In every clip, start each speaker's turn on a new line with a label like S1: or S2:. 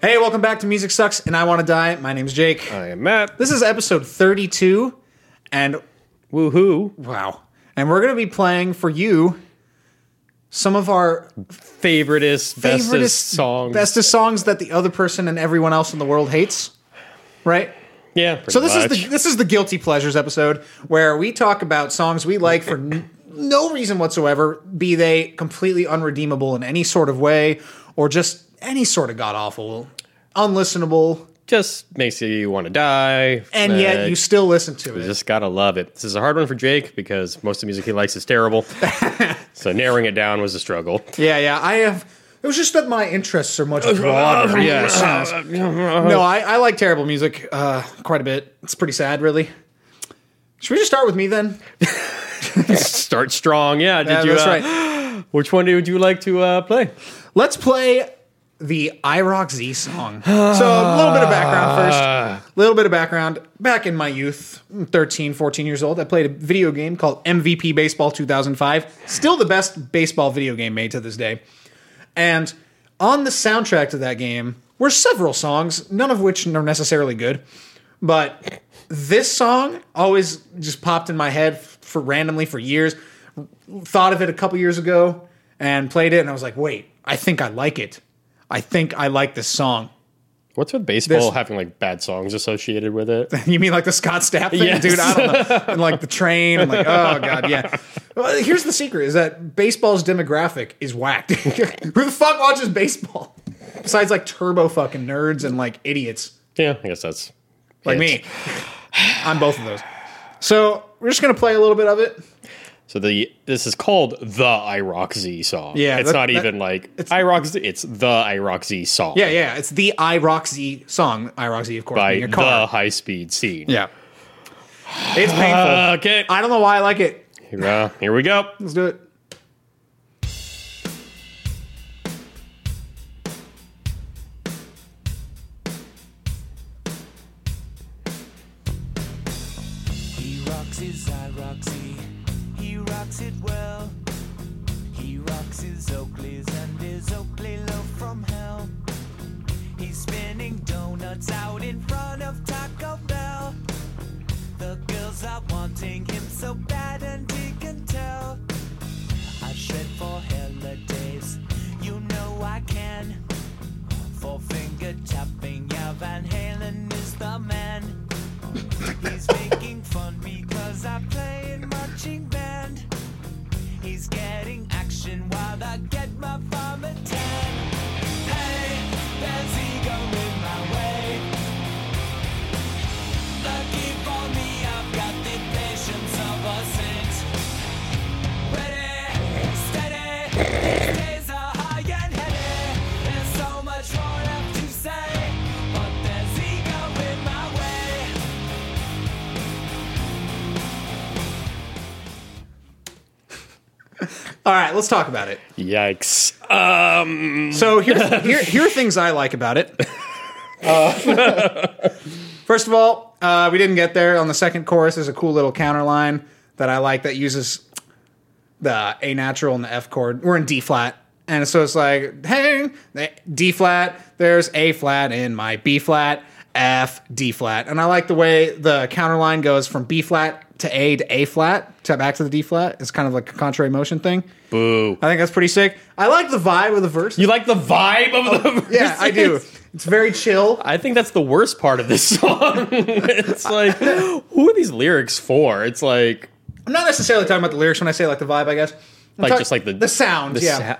S1: Hey, welcome back to Music Sucks and I Want to Die. My name's Jake.
S2: I am Matt.
S1: This is episode 32, and
S2: Woohoo!
S1: wow. And we're going to be playing for you some of our
S2: Favoritist,
S1: favorite
S2: bestest song.
S1: bestest songs that the other person and everyone else in the world hates. Right?
S2: yeah. Pretty
S1: So this
S2: much.
S1: is the this is the guilty pleasures episode where we talk about songs we like for n- no reason whatsoever, be they completely unredeemable in any sort of way or just any sort of god awful, unlistenable,
S2: just makes you want to die,
S1: and
S2: Uh,
S1: yet you still listen to it.
S2: just gotta love it. This is a hard one for Jake because most of the music he likes is terrible. so narrowing it down was a struggle.
S1: Yeah, yeah. I have. It was just that my interests are much broader. yes. No, I, I like terrible music uh, quite a bit. It's pretty sad, really. Should we just start with me then?
S2: Start strong. Yeah. Did
S1: Yeah,
S2: you?
S1: that's
S2: uh,
S1: right.
S2: Which one would you like to uh, play?
S1: Let's play the iRock Z song. So a little bit of background first. A little bit of background. Back in my youth, 13, 14 years old, I played a video game called MVP Baseball 2005. Still the best baseball video game made to this day. And on the soundtrack to that game were several songs, none of which are necessarily good. But this song always just popped in my head for randomly for years. Thought of it a couple years ago and played it, and I was like, wait, I think I like it. I think I like this song.
S2: What's with baseball
S1: This-
S2: having like bad songs associated with it?
S1: You mean like the Scott Stapp thing,
S2: Yes.
S1: dude? I don't know. And like the train, and like, oh god, yeah. Well, here's the secret: is that baseball's demographic is whacked. Who the fuck watches baseball? Besides like turbo fucking nerds and like idiots
S2: yeah, I guess that's
S1: like
S2: it.
S1: me. I'm both of those. So we're just gonna play a little bit of it.
S2: So the this is called the IROC Z song.
S1: Yeah,
S2: it's
S1: that-
S2: not
S1: that-
S2: even like IROC Z. It's the IROC Z song.
S1: Yeah, yeah. It's the iRoxy song. iRoxy, of course,
S2: by
S1: being a
S2: the
S1: car.
S2: high speed scene.
S1: yeah, it's painful.
S2: Uh, okay.
S1: I don't know why I like it.
S2: Here, uh, here we go.
S1: Let's do it.
S3: He rocks his Iroxy, he rocks it well. He rocks his Oakleys and his Oakley loaf from hell. He's spinning donuts out in front of Taco Bell. The girls are wanting him so bad and he can tell. I shred for holidays, you know I can. Four finger tapping, yeah, Van Halen is the man. He's making fun because I play in marching band. He's getting action while I get my vomit tan. Hey, there's ego in my way. Lucky for me, I've got the patience of a saint. Ready, steady, days are high and heady. There's so much more left to say, but there's ego in my way.
S1: All right, let's talk about it.
S2: Yikes.
S1: So here, here, here are things I like about it. Uh, first of all, uh, we didn't get there on the second chorus. There's a cool little counter line that I like that uses the A natural and the F chord. We're in D flat, and so it's like, hey, D flat. There's A flat in my B flat, F, D flat, and I like the way the counter line goes from B flat to A to A flat to back to the D flat. It's kind of like a contrary motion thing.
S2: Boo.
S1: I think that's pretty sick. I like the vibe of the verse.
S2: You like the vibe of the verses?
S1: Oh, Yeah, I do. It's very chill.
S2: I think that's the worst part of this song. it's like, who are these lyrics for? It's like,
S1: I'm not necessarily talking about the lyrics when I say like the vibe, I guess. I'm
S2: like
S1: talk-
S2: just like the
S1: the sound.
S2: the
S1: yeah.
S2: sa-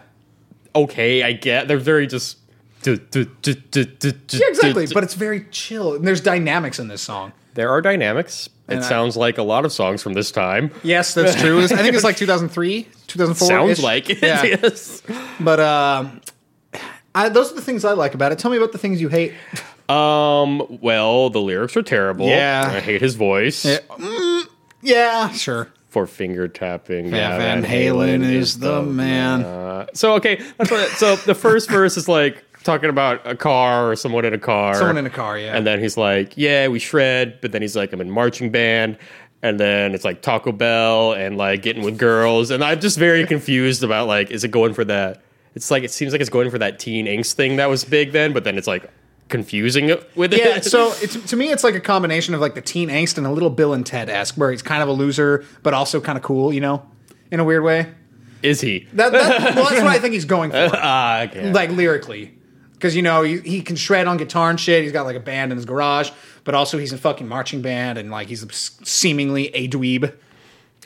S2: okay, I get. They're very just. Yeah,
S1: yeah, exactly. But it's very chill, and there's dynamics in this song.
S2: there are dynamics. It
S1: And I-
S2: sounds like a lot of songs from this time.
S1: Yes, that's true. I think it's like 2003, 2004.
S2: Sounds like it.
S1: Yeah.
S2: yes.
S1: But um, I, those are the things I like about it. Tell me about the things you hate.
S2: Um. Well, the lyrics are terrible.
S1: Yeah.
S2: I hate his voice.
S1: Yeah, sure.
S2: For finger tapping.
S1: Yeah, Van Halen is the man.
S2: Uh, so okay, that's what. So the first verse is like talking about a car or someone in a car.
S1: Someone in a car, yeah.
S2: And then he's like, "Yeah, we shred," but then he's like, "I'm in marching band." And then it's like Taco Bell and like getting with girls, and I'm just very confused about like, is it going for that? It's like it seems like it's going for that teen angst thing that was big then, but then it's like confusing it with it.
S1: yeah, so it's, to me, it's like a combination of like the teen angst and a little Bill and Ted esque, where he's kind of a loser but also kind of cool, you know, in a weird way.
S2: is he?
S1: That, that, well, that's what I think he's going for,
S2: Ah, okay.
S1: like lyrically, because you know he, he can shred on guitar and shit. He's got like a band in his garage, but also he's in fucking marching band and like he's seemingly a dweeb.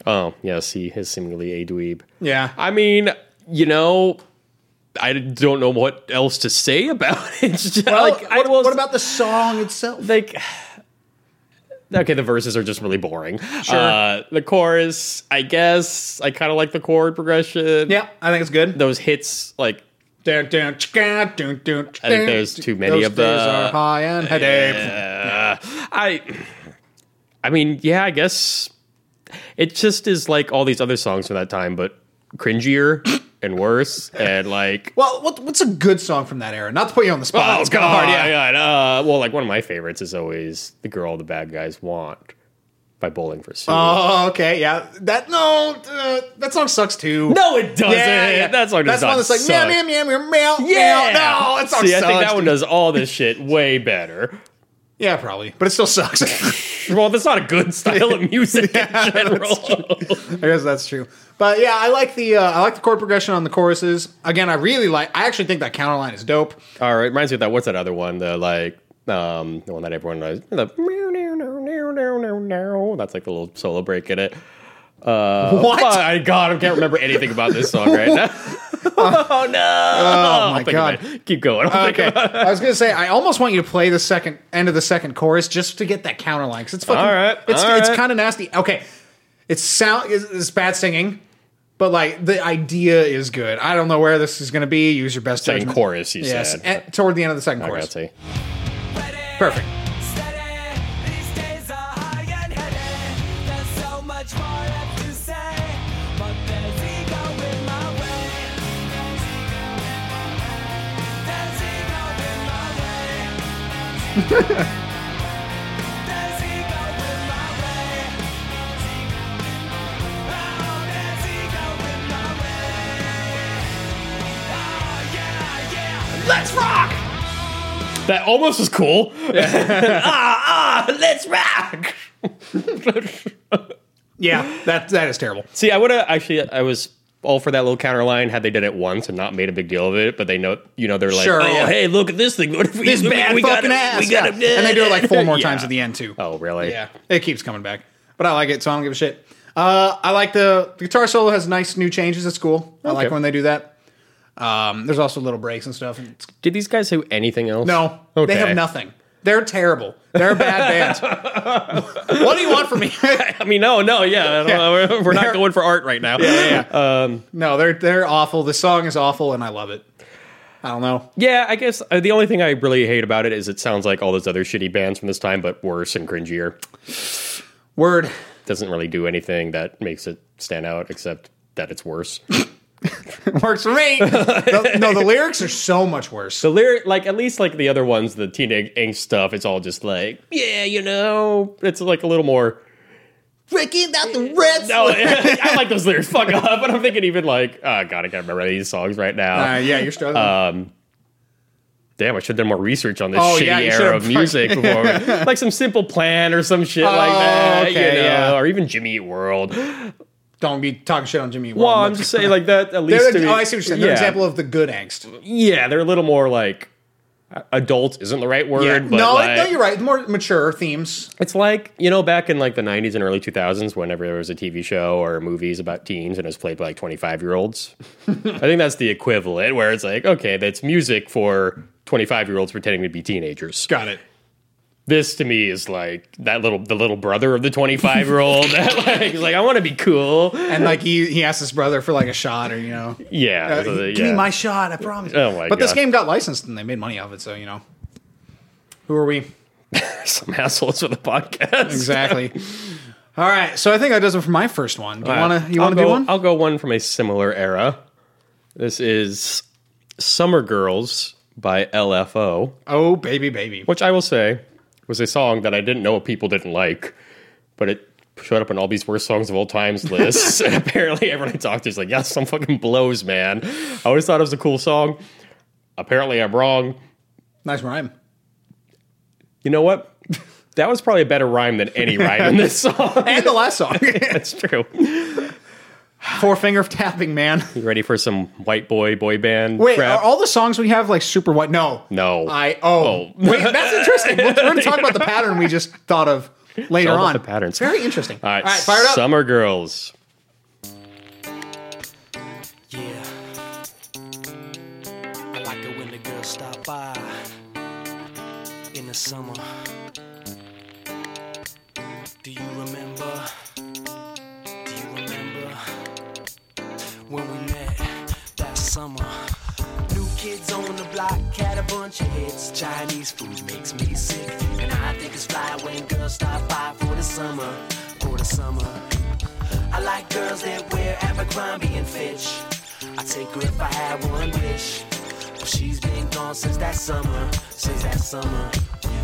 S2: oh, yes, he is seemingly a dweeb.
S1: Yeah,
S2: I mean, you know, I don't know what else to say about it. It's just,
S1: Well,
S2: like, I
S1: what,
S2: was,
S1: what about the song itself?
S2: like? Okay, the verses are just really boring. Sure. Uh, the chorus, I guess, I kind of like the chord progression.
S1: Yeah, I think it's good.
S2: Those hits, like
S1: Dun, dun, chka, dun, dun,
S2: I think there's too many
S1: Those
S2: of the-
S1: days are high and headache.
S2: Uh, I, I mean, yeah, I guess it just is like all these other songs from that time, but cringier and worse, and like
S1: Well, what, what's a good song from that era? Not to put you on the spot. it's kind of hard. Yeah,
S2: yeah, Oh, God. Uh, well, like one of my favorites is always "The Girl the Bad Guys Want" by Bowling for Soup.
S1: Oh, okay. Yeah. That no. Uh, that song sucks too.
S2: no, it doesn't. That song does
S1: That's one
S2: not
S1: that's like
S2: suck.
S1: meow meow meow meow meow.
S2: yeah,
S1: meow. No, that song
S2: See,
S1: sucks.
S2: I think that one
S1: dude.
S2: does all this shit way better.
S1: Yeah, probably, but it still sucks. I
S2: Well, that's not a good style of music in general.
S1: guess that's true. But yeah, I like the uh, I like the chord progression on the choruses. Again, I really like. I actually think that counterline is dope. Oh
S2: All right, reminds me of that. What's that other one? The like, um, the one that everyone knows. The meow, meow, meow, meow, meow, meow, meow. That's like the little solo break in it. Uh,
S1: What?
S2: My God, I can't remember anything about this song right now. oh no! Oh
S1: my God.
S2: Keep going. I'll think
S1: Okay,
S2: about it.
S1: I was gonna say I almost want you to play the second end of the second chorus just to get that counterline because it's fucking.
S2: All right,
S1: It's
S2: all
S1: it's
S2: right.
S1: kind of nasty. Okay, it's sound is it's bad singing, but like the idea is good. I don't know where this is gonna be. Use your best
S2: Second
S1: judgment.
S2: chorus, you
S1: yes,
S2: said.
S1: and toward the end of the second
S2: Okay, I'll
S1: chorus.
S2: see.
S1: Perfect.
S3: Steady, these days are high and heavy. There's so much more left to say, but there's ego in my way. There's ego in my way. There's ego in my way. Oh, there's ego in my way. Oh, yeah, yeah. Let's rock!
S2: That almost was cool. ah, ah, let's rock.
S1: Yeah, that that is terrible.
S2: See, I would have actually. I was all for that little counter line had they did it once and not made a big deal of it. But they know, you know, they're like,
S1: Sure,
S2: oh,
S1: yeah.
S2: hey, look at this thing. What if we,
S1: This bad
S2: we
S1: fucking
S2: gotta-
S1: ass.
S2: We got
S1: Yeah. And they do it like four more
S2: Yeah.
S1: times at the end too.
S2: Oh, really?
S1: Yeah, it keeps coming back. But I like it, so I don't give a shit. Uh, I like the, the guitar solo has nice new changes. It's cool. I like
S2: Okay.
S1: when they do that. Um, there's also little breaks and stuff. and it's-
S2: Did these guys do anything else?
S1: no,
S2: Okay.
S1: they have nothing. They're terrible. They're a bad band. what do you want from me?
S2: I mean, no, no, yeah. I don't know. We're, we're not
S1: They're-
S2: going for art right now.
S1: yeah, yeah. no, they're they're awful. The song is awful, and I love it. I don't know.
S2: Yeah, I guess uh, the only thing I really hate about it is it sounds like all those other shitty bands from this time, but worse and cringier.
S1: Word.
S2: Doesn't really do anything that makes it stand out except that it's worse.
S1: Works for me. The- no, the lyrics are so much worse.
S2: The lyric, like at least like the other ones, the teen ang- angst stuff, it's all just like, yeah, you know, it's like a little more. Eh,
S1: Freaking out the red
S2: No, I like those lyrics. Fuck up. But I'm thinking even like, oh god, I can't remember any of these songs right now.
S1: Uh, yeah, you're struggling.
S2: Damn, I should have done more research on this
S1: Oh,
S2: shitty
S1: yeah, you
S2: era of
S1: should've.
S2: music before. like some simple plan or some shit like that,
S1: Oh, okay,
S2: you know,
S1: yeah.
S2: or even Jimmy Eat World.
S1: Don't be talking shit on Jimmy.
S2: Well,
S1: Wong.
S2: I'm just saying like that at least.
S1: They're
S2: to
S1: the,
S2: me-
S1: oh, I see what you're saying. They're
S2: yeah.
S1: an example of the good angst.
S2: Yeah, they're a little more like adult isn't the right word, but
S1: No,
S2: like,
S1: no, you're right. More mature themes.
S2: It's like you know, back in like the '90s and early 2000s, whenever there was a TV show or movies about teens and it was played by like 25 year olds. I think that's the equivalent, where it's like, okay, that's music for 25 year olds pretending to be teenagers.
S1: Got it.
S2: This to me is like that little, the little brother of the 25 year old. that like, is like, I want to be cool.
S1: And like he he asked his brother for like a shot or you know,
S2: Yeah,
S1: uh,
S2: so the-
S1: give me
S2: yeah.
S1: my shot, I promise.
S2: Oh my
S1: but this
S2: God.
S1: game got licensed and they made money off it, so you know. Who are we?
S2: some assholes with a podcast.
S1: Exactly. All right, so I think that does it for my first one. Do you want to you
S2: Uh, I'll
S1: want to do
S2: go-
S1: one?
S2: I'll go one from a similar era. This is "Summer Girls" by LFO.
S1: oh, baby, baby.
S2: which I will say was a song that I didn't know people didn't like, but it showed up on all these worst songs of all times lists. and apparently, everyone I talked to is like, "Yeah, some fucking blows, man." I always thought it was a cool song. Apparently, I'm wrong.
S1: Nice rhyme.
S2: You know what? That was probably a better rhyme than any rhyme in this song.
S1: And the last song,
S2: That's true.
S1: Four Finger Tapping Man.
S2: You ready for some white boy boy band?
S1: Wait,
S2: crap?
S1: are all the songs we have like super white? No,
S2: No.
S1: I oh, wait, that's interesting. We're, going to talk about the pattern we just thought of later
S2: all about
S1: on.
S2: the patterns.
S1: very interesting.
S2: all right,
S1: all right fire it up.
S2: Summer Girls.
S3: Yeah. I like it when the girls stop by in the summer. Do you remember? Do you remember when we met that summer? New kids on the block had a bunch of hits. Chinese food makes me sick. And I think it's fly when girls stop by for the summer. For the summer. I like girls that wear Abercrombie and Fitch. I take her if I had one wish. But she's been gone since that summer, since that summer.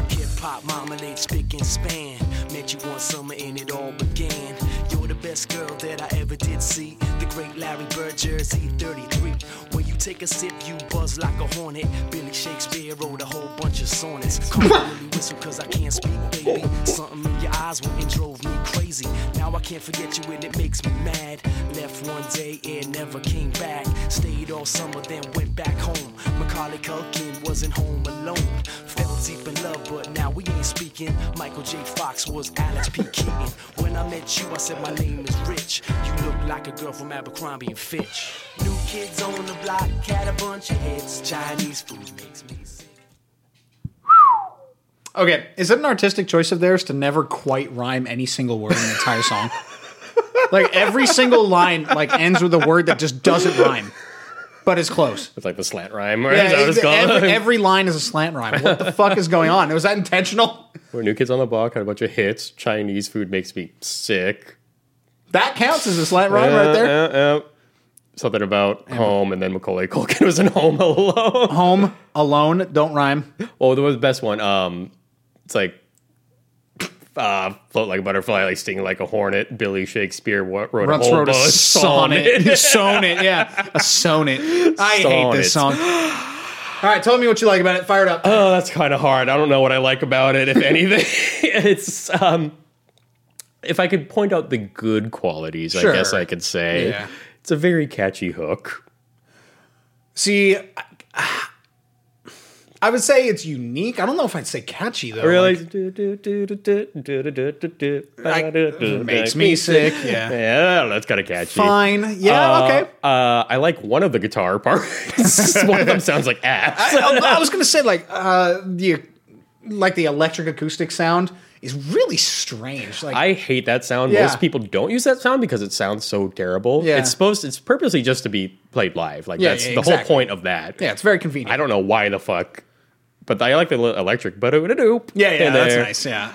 S3: Hip hop, marmalade, spick and span. Met you one summer and it all began. You're the best girl that I ever did see. The great Larry Bird, Jersey 33. When you take a sip, you buzz like a hornet. Billy Shakespeare wrote a whole bunch of sonnets. Call me Willie Whistle 'cause I can't speak, baby. Something in your eyes went and drove me crazy. Now I can't forget you and it makes me mad. Left one day and never came back. Stayed all summer, then went back home. Macaulay Culkin wasn't home alone. Fell deep in love, but now we ain't speaking. Michael J. Fox was Alex P. Keaton. When I met you, I said my name is Rich. You look like a girl from Abercrombie and Fitch. New kids on the block had a bunch of hits. Chinese food makes me sick.
S1: Okay, is it an artistic choice of theirs to never quite rhyme any single word in the entire song? like every single line like ends with a word that just doesn't rhyme, but is close.
S2: It's like the slant rhyme. Or
S1: Yeah,
S2: is that what it's
S1: it-
S2: called?
S1: every, every line is a slant rhyme. What the fuck is going on? Was that intentional?
S2: We're new kids on the block. Had a bunch of hits. Chinese food makes me sick.
S1: That counts as a slant rhyme
S2: Uh,
S1: right there.
S2: uh, uh. Something about home, and then Macaulay Culkin was in Home Alone.
S1: Home alone don't rhyme.
S2: Oh, that was the best one. Um, it's like uh, float like a butterfly, like sting like a hornet. Billy Shakespeare wa- wrote
S1: Ruts
S2: a whole
S1: wrote a
S2: bunch of
S1: sonnet. sonnet, yeah. A sonnet. I hate this song.
S2: Sonnet.
S1: All right, tell me what you like about it. Fire it up.
S2: Oh, that's kind of hard. I don't know what I like about it, if anything. it's um, if I could point out the good qualities,
S1: Sure.
S2: I guess I could say
S1: Yeah.
S2: it's a very catchy hook.
S1: See, I- I would say it's unique. I don't know if I'd say catchy though.
S2: Really,
S1: Like,
S2: it
S1: makes me sick. Yeah.
S2: Yeah, I don't know, that's kind of catchy.
S1: Fine. Yeah.
S2: Uh,
S1: okay.
S2: Uh, I like one of the guitar parts. one of them sounds like ass.
S1: I, I was gonna say like uh, the like the electric acoustic sound is really strange. Like
S2: I hate that sound.
S1: Yeah.
S2: Most people don't use that sound because it sounds so terrible.
S1: Yeah.
S2: It's supposed it's purposely just to be played live. Like
S1: Yeah,
S2: that's
S1: yeah,
S2: the
S1: exactly.
S2: whole point of that.
S1: yeah, it's very convenient.
S2: I don't know why the fuck, but I like the little electric. But doop.
S1: yeah, yeah, that's nice. Yeah,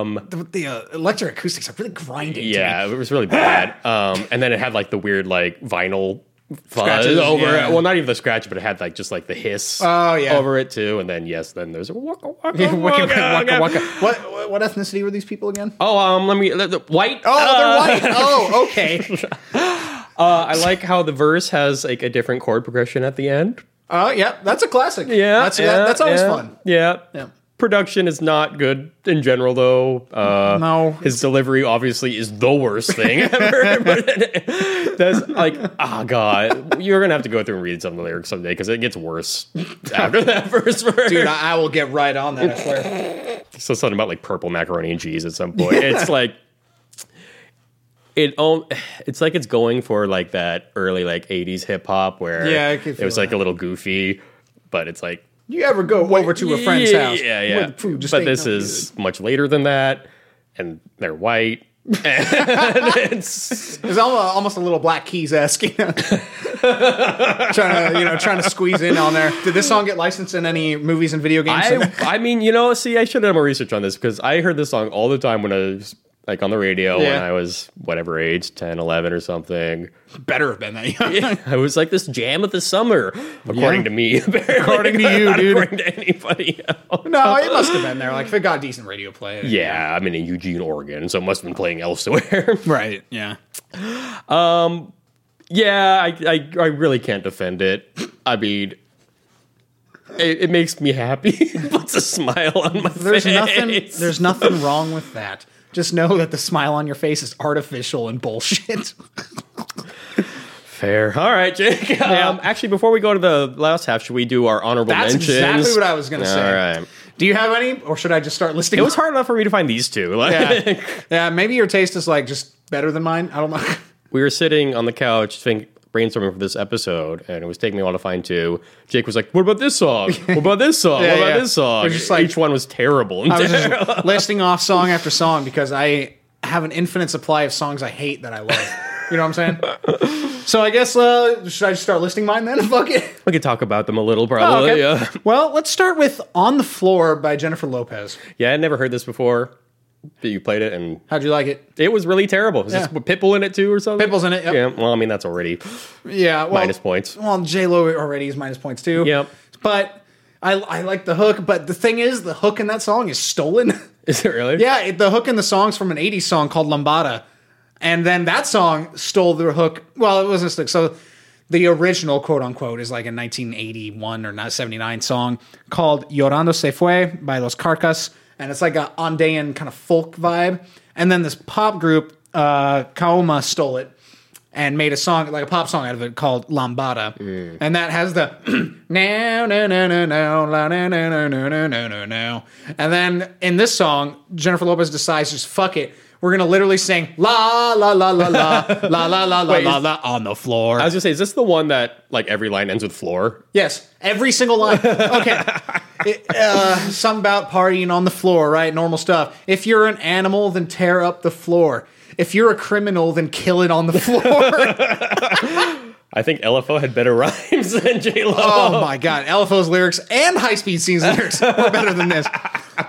S2: Um,
S1: the, the uh, electric acoustics are really grinding.
S2: yeah, it was really bad. Um, and then it had like the weird like vinyl fuzz
S1: Scratches,
S2: over
S1: yeah.
S2: it. Well, not even the scratch, but it had like just like the hiss.
S1: Oh, yeah.
S2: over it too. And then yes, then there's a waka waka
S1: To me. Waka,
S2: waka,
S1: waka,
S2: waka.
S1: waka. What what- what ethnicity were these people again?
S2: Oh, um, let me let the, white.
S1: Oh,
S2: Uh,
S1: they're white. Oh, okay.
S2: uh, I like how the verse has like a different chord progression at the end.
S1: Oh, yeah, that's a classic.
S2: Yeah,
S1: that's
S2: yeah,
S1: that- that's always
S2: yeah,
S1: fun.
S2: Yeah.
S1: Yeah.
S2: Production is not good in general, though. Uh,
S1: No.
S2: his delivery obviously is the worst thing ever. But that's like, ah, god, you're gonna have to go through and read some of the lyrics someday because it gets worse after that first verse.
S1: Dude, I, I will get right on that. I swear.
S2: so something about like purple macaroni and cheese at some point. It's like it um, it's like it's going for like that early like '80s hip hop where
S1: Yeah, I could
S2: it was
S1: feel
S2: like a little goofy, but it's like
S1: You ever go over to a friend's
S2: yeah,
S1: house?
S2: Yeah, yeah.
S1: with food, just
S2: but
S1: ain't
S2: this
S1: no
S2: is much later than that, and they're white. and it's
S1: It's al- almost a little Black Keys esque, you know? trying to you know trying to squeeze in on there. Did this song get licensed in any movies and video games?
S2: I I mean, you know, see, I should have done more research on this because I heard this song all the time when I was like on the radio when
S1: Yeah.
S2: I was whatever age, 10, 11 or something.
S1: better have been that. Yeah.
S2: Yeah, I was like this jam of the summer, according
S1: Yeah.
S2: to me. Apparently,
S1: According to you,
S2: not
S1: dude.
S2: According to anybody else.
S1: No, it must have been there. Like if it got decent radio play.
S2: Yeah, I'm in Eugene, Oregon, so it must have been playing elsewhere.
S1: Right. Yeah.
S2: yeah, I, I I really can't defend it. I mean, It, it makes me happy. It puts a smile on my
S1: There's
S2: face.
S1: nothing. There's nothing wrong with that. Just know that the smile on your face is artificial and bullshit.
S2: Fair. All right, Jake. um, actually, before we go to the last half, should we do our honorable
S1: That's
S2: mentions?
S1: exactly what I was gonna say.
S2: All right.
S1: Do you have any, or should I just start listing?
S2: It was hard enough for me to find these two. Like,
S1: Yeah. yeah, maybe your taste is like just better than mine. I don't know.
S2: we were sitting on the couch think brainstorming for this episode and it was taking me a while to find two jake was like what about this song what about this song
S1: Yeah,
S2: what about
S1: yeah.
S2: this song
S1: We're just like-
S2: each one was terrible
S1: I was just listing off song after song because I have an infinite supply of songs I hate that I love. You know what I'm saying? So I guess uh, should I just start listing mine then? Fuck it.
S2: we could talk about them a little probably
S1: Oh, Okay.
S2: yeah
S1: Well, let's start with "On the Floor" by Jennifer Lopez.
S2: yeah i never heard this before but you played it and
S1: How'd you like it?
S2: it was really terrible is this
S1: Yeah.
S2: pitbull in it too or something
S1: Pitbull's in it, yep.
S2: yeah well i mean that's already
S1: Yeah, well,
S2: Minus points.
S1: Well, J Lo already is minus points too.
S2: Yep.
S1: But I, I like the hook. But the thing is, the hook in that song is stolen.
S2: is it really
S1: yeah, it, the hook in the song's from an '80s song called Lombada, and then that song stole the hook. Well, it wasn't a stick. So the original quote unquote is like a 1981 or not 79 song called Llorando se fue by Los Carcas, and it's like a Andean kind of folk vibe. And then this pop group, uh, Kaoma, stole it and made a song, like a pop song out of it called Lambada.
S2: Mm.
S1: And that has the now, now, now, now, now, la, now, now, now, now, now, now, now, now. And then in this song, Jennifer Lopez decides just fuck it. We're going to literally sing la, la, la, la, la, la, la, la, la,
S2: Wait,
S1: la,
S2: is-
S1: la on the floor.
S2: i was gonna say is this the one that like every line ends with floor
S1: Yes, every single line. Okay. It, uh, something about partying on the floor, right? Normal stuff. If you're an animal, then tear up the floor. If you're a criminal, then kill it on the floor.
S2: i think lfo had better rhymes than j-lo
S1: oh my god, LFO's lyrics and high speed scenes lyrics are better than this.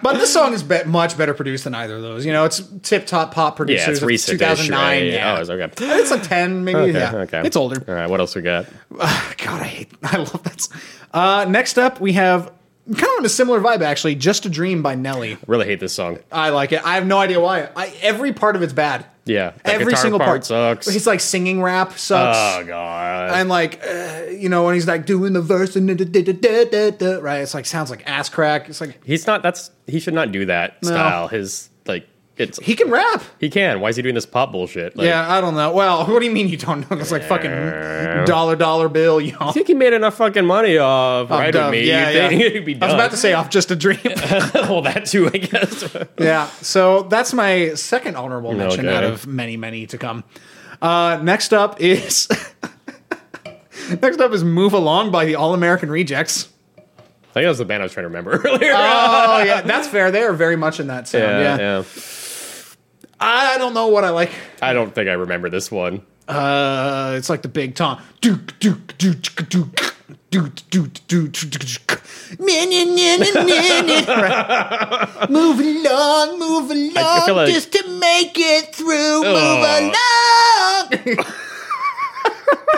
S1: But this song is be- much better produced than either of those. You know, it's tip top pop producers.
S2: yeah it's
S1: of
S2: recent
S1: 2009.
S2: yeah
S1: Yeah,
S2: oh, it's okay
S1: it's like ten, maybe.
S2: Okay,
S1: yeah,
S2: okay.
S1: it's older.
S2: All right, what else we got?
S1: God, I hate. I love that. song. Uh, next up, we have kind of on a similar vibe actually. Just a Dream by Nelly.
S2: Really hate this song.
S1: I like it. I have no idea why. I, every part of it's bad.
S2: Yeah, the
S1: every
S2: guitar
S1: single part,
S2: part sucks.
S1: He's like singing rap sucks.
S2: Oh god.
S1: and like, uh, you know, when he's like doing the verse and da, da, da, da, da, da, right, it's like sounds like ass crack. It's like
S2: He's not that's he should not do that style. His like it's
S1: he can rap.
S2: he can. Why is he doing this pop bullshit? Like,
S1: yeah, I don't know. Well, what do you mean you don't know? It's like fucking dollar dollar bill, y'all.
S2: I think he made enough fucking money off right with
S1: done.
S2: me.
S1: Yeah,
S2: you think
S1: yeah.
S2: he'd be
S1: I
S2: done.
S1: was about to say off just a dream.
S2: well, that too, I guess.
S1: yeah. So that's my second honorable mention
S2: Okay.
S1: out of many, many to come. Uh, next up is next up is "Move Along" by the All American Rejects.
S2: I think that was the band I was trying to remember earlier.
S1: Oh yeah, that's fair. They are very much in that sound.
S2: yeah,
S1: Yeah,
S2: yeah.
S1: I don't know what I like.
S2: I don't think I remember this one.
S1: Uh, it's like the big Tom. Duke, duke, duke, duke, duke. Doot, doot, doot, doot, doot. Meh, meh, meh, meh, meh, meh. Right. Move along, move along,
S2: I feel like-
S1: just to make it through. Move along.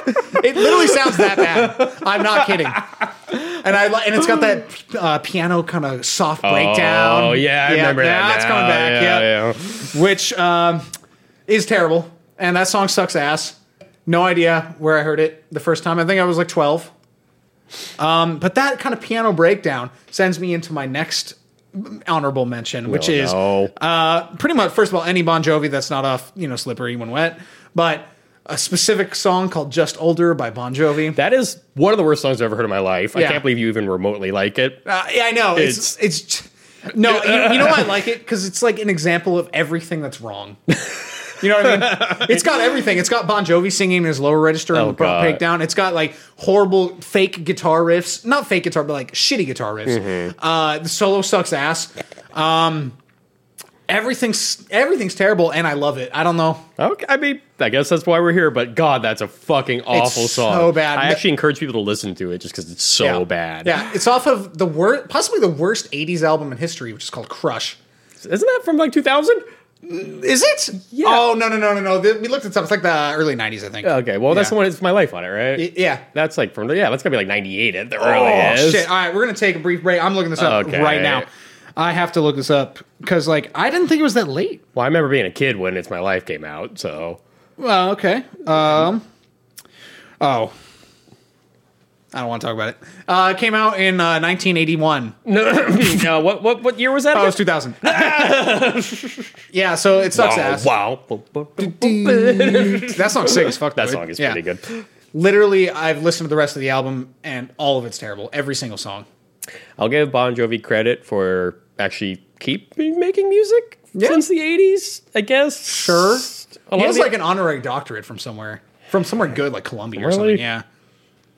S1: it literally sounds that bad. I'm not kidding. And I li- and it's got that uh, piano kind of soft breakdown.
S2: Oh yeah, I remember that.
S1: That's
S2: now.
S1: coming back.
S2: Yeah,
S1: Yeah, which um, is terrible. And that song sucks ass. No idea where I heard it the first time. I think I was like 12. Um, but that kind of piano breakdown sends me into my next honorable mention, which
S2: Oh,
S1: is
S2: no.
S1: uh, pretty much first of all any Bon Jovi that's not off you know slippery when wet, but a specific song called "Just Older" by Bon Jovi.
S2: that is one of the worst songs I've ever heard in my life.
S1: Yeah.
S2: I can't believe you even remotely like it.
S1: Uh, yeah, I know. It's it's, no. You, you know why I like it because it's like an example of everything that's wrong. You know what I mean? It's got everything. It's got Bon Jovi singing in his lower register and
S2: Oh,
S1: the front
S2: God.
S1: breakdown. It's got like horrible fake guitar riffs, not fake guitar, but like shitty guitar riffs.
S2: Mm-hmm.
S1: Uh, the solo sucks ass. Um, everything's everything's terrible, and I love it. I don't know.
S2: Okay, I mean, I guess that's why we're here. But God, that's a fucking awful song.
S1: so bad.
S2: I actually encourage people to listen to it just because it's so
S1: Yeah.
S2: bad.
S1: Yeah, it's off of the worst, possibly the worst '80s album in history, which is called Crush.
S2: Isn't that from like 2000?
S1: Is it?
S2: Yeah.
S1: Oh no no no no no. Th- We looked it up. It's like the early '90s, I think.
S2: Okay, Oh, well, that's
S1: Yeah.
S2: the one. It's my life on it, right?
S1: Y- yeah.
S2: That's like from yeah. That's gotta be like 98 at the
S1: Oh
S2: earliest.
S1: shit! All right, we're gonna take a brief break. I'm looking this up
S2: Okay.
S1: right now. I have to look this up because like I didn't think it was that late.
S2: Well, I remember being a kid when It's My Life came out. So
S1: Well, okay. Um. Oh. I don't want to talk about it. Uh, it came out in uh, 1981.
S2: No, no, what what what year was that?
S1: Oh, it
S2: again?
S1: was 2000. yeah, so it sucks ass.
S2: wow, wow.
S1: that song's sick as fuck.
S2: That
S1: though.
S2: song is
S1: Yeah.
S2: pretty good.
S1: Literally, I've listened to the rest of the album and all of it's terrible. Every single song.
S2: I'll give Bon Jovi credit for actually keep making music
S1: Yeah.
S2: since the '80s. I guess.
S1: Sure.
S2: A
S1: he
S2: lot of
S1: has
S2: the-
S1: like an honorary doctorate from somewhere, from somewhere good like Columbia or
S2: Really?
S1: something. Yeah,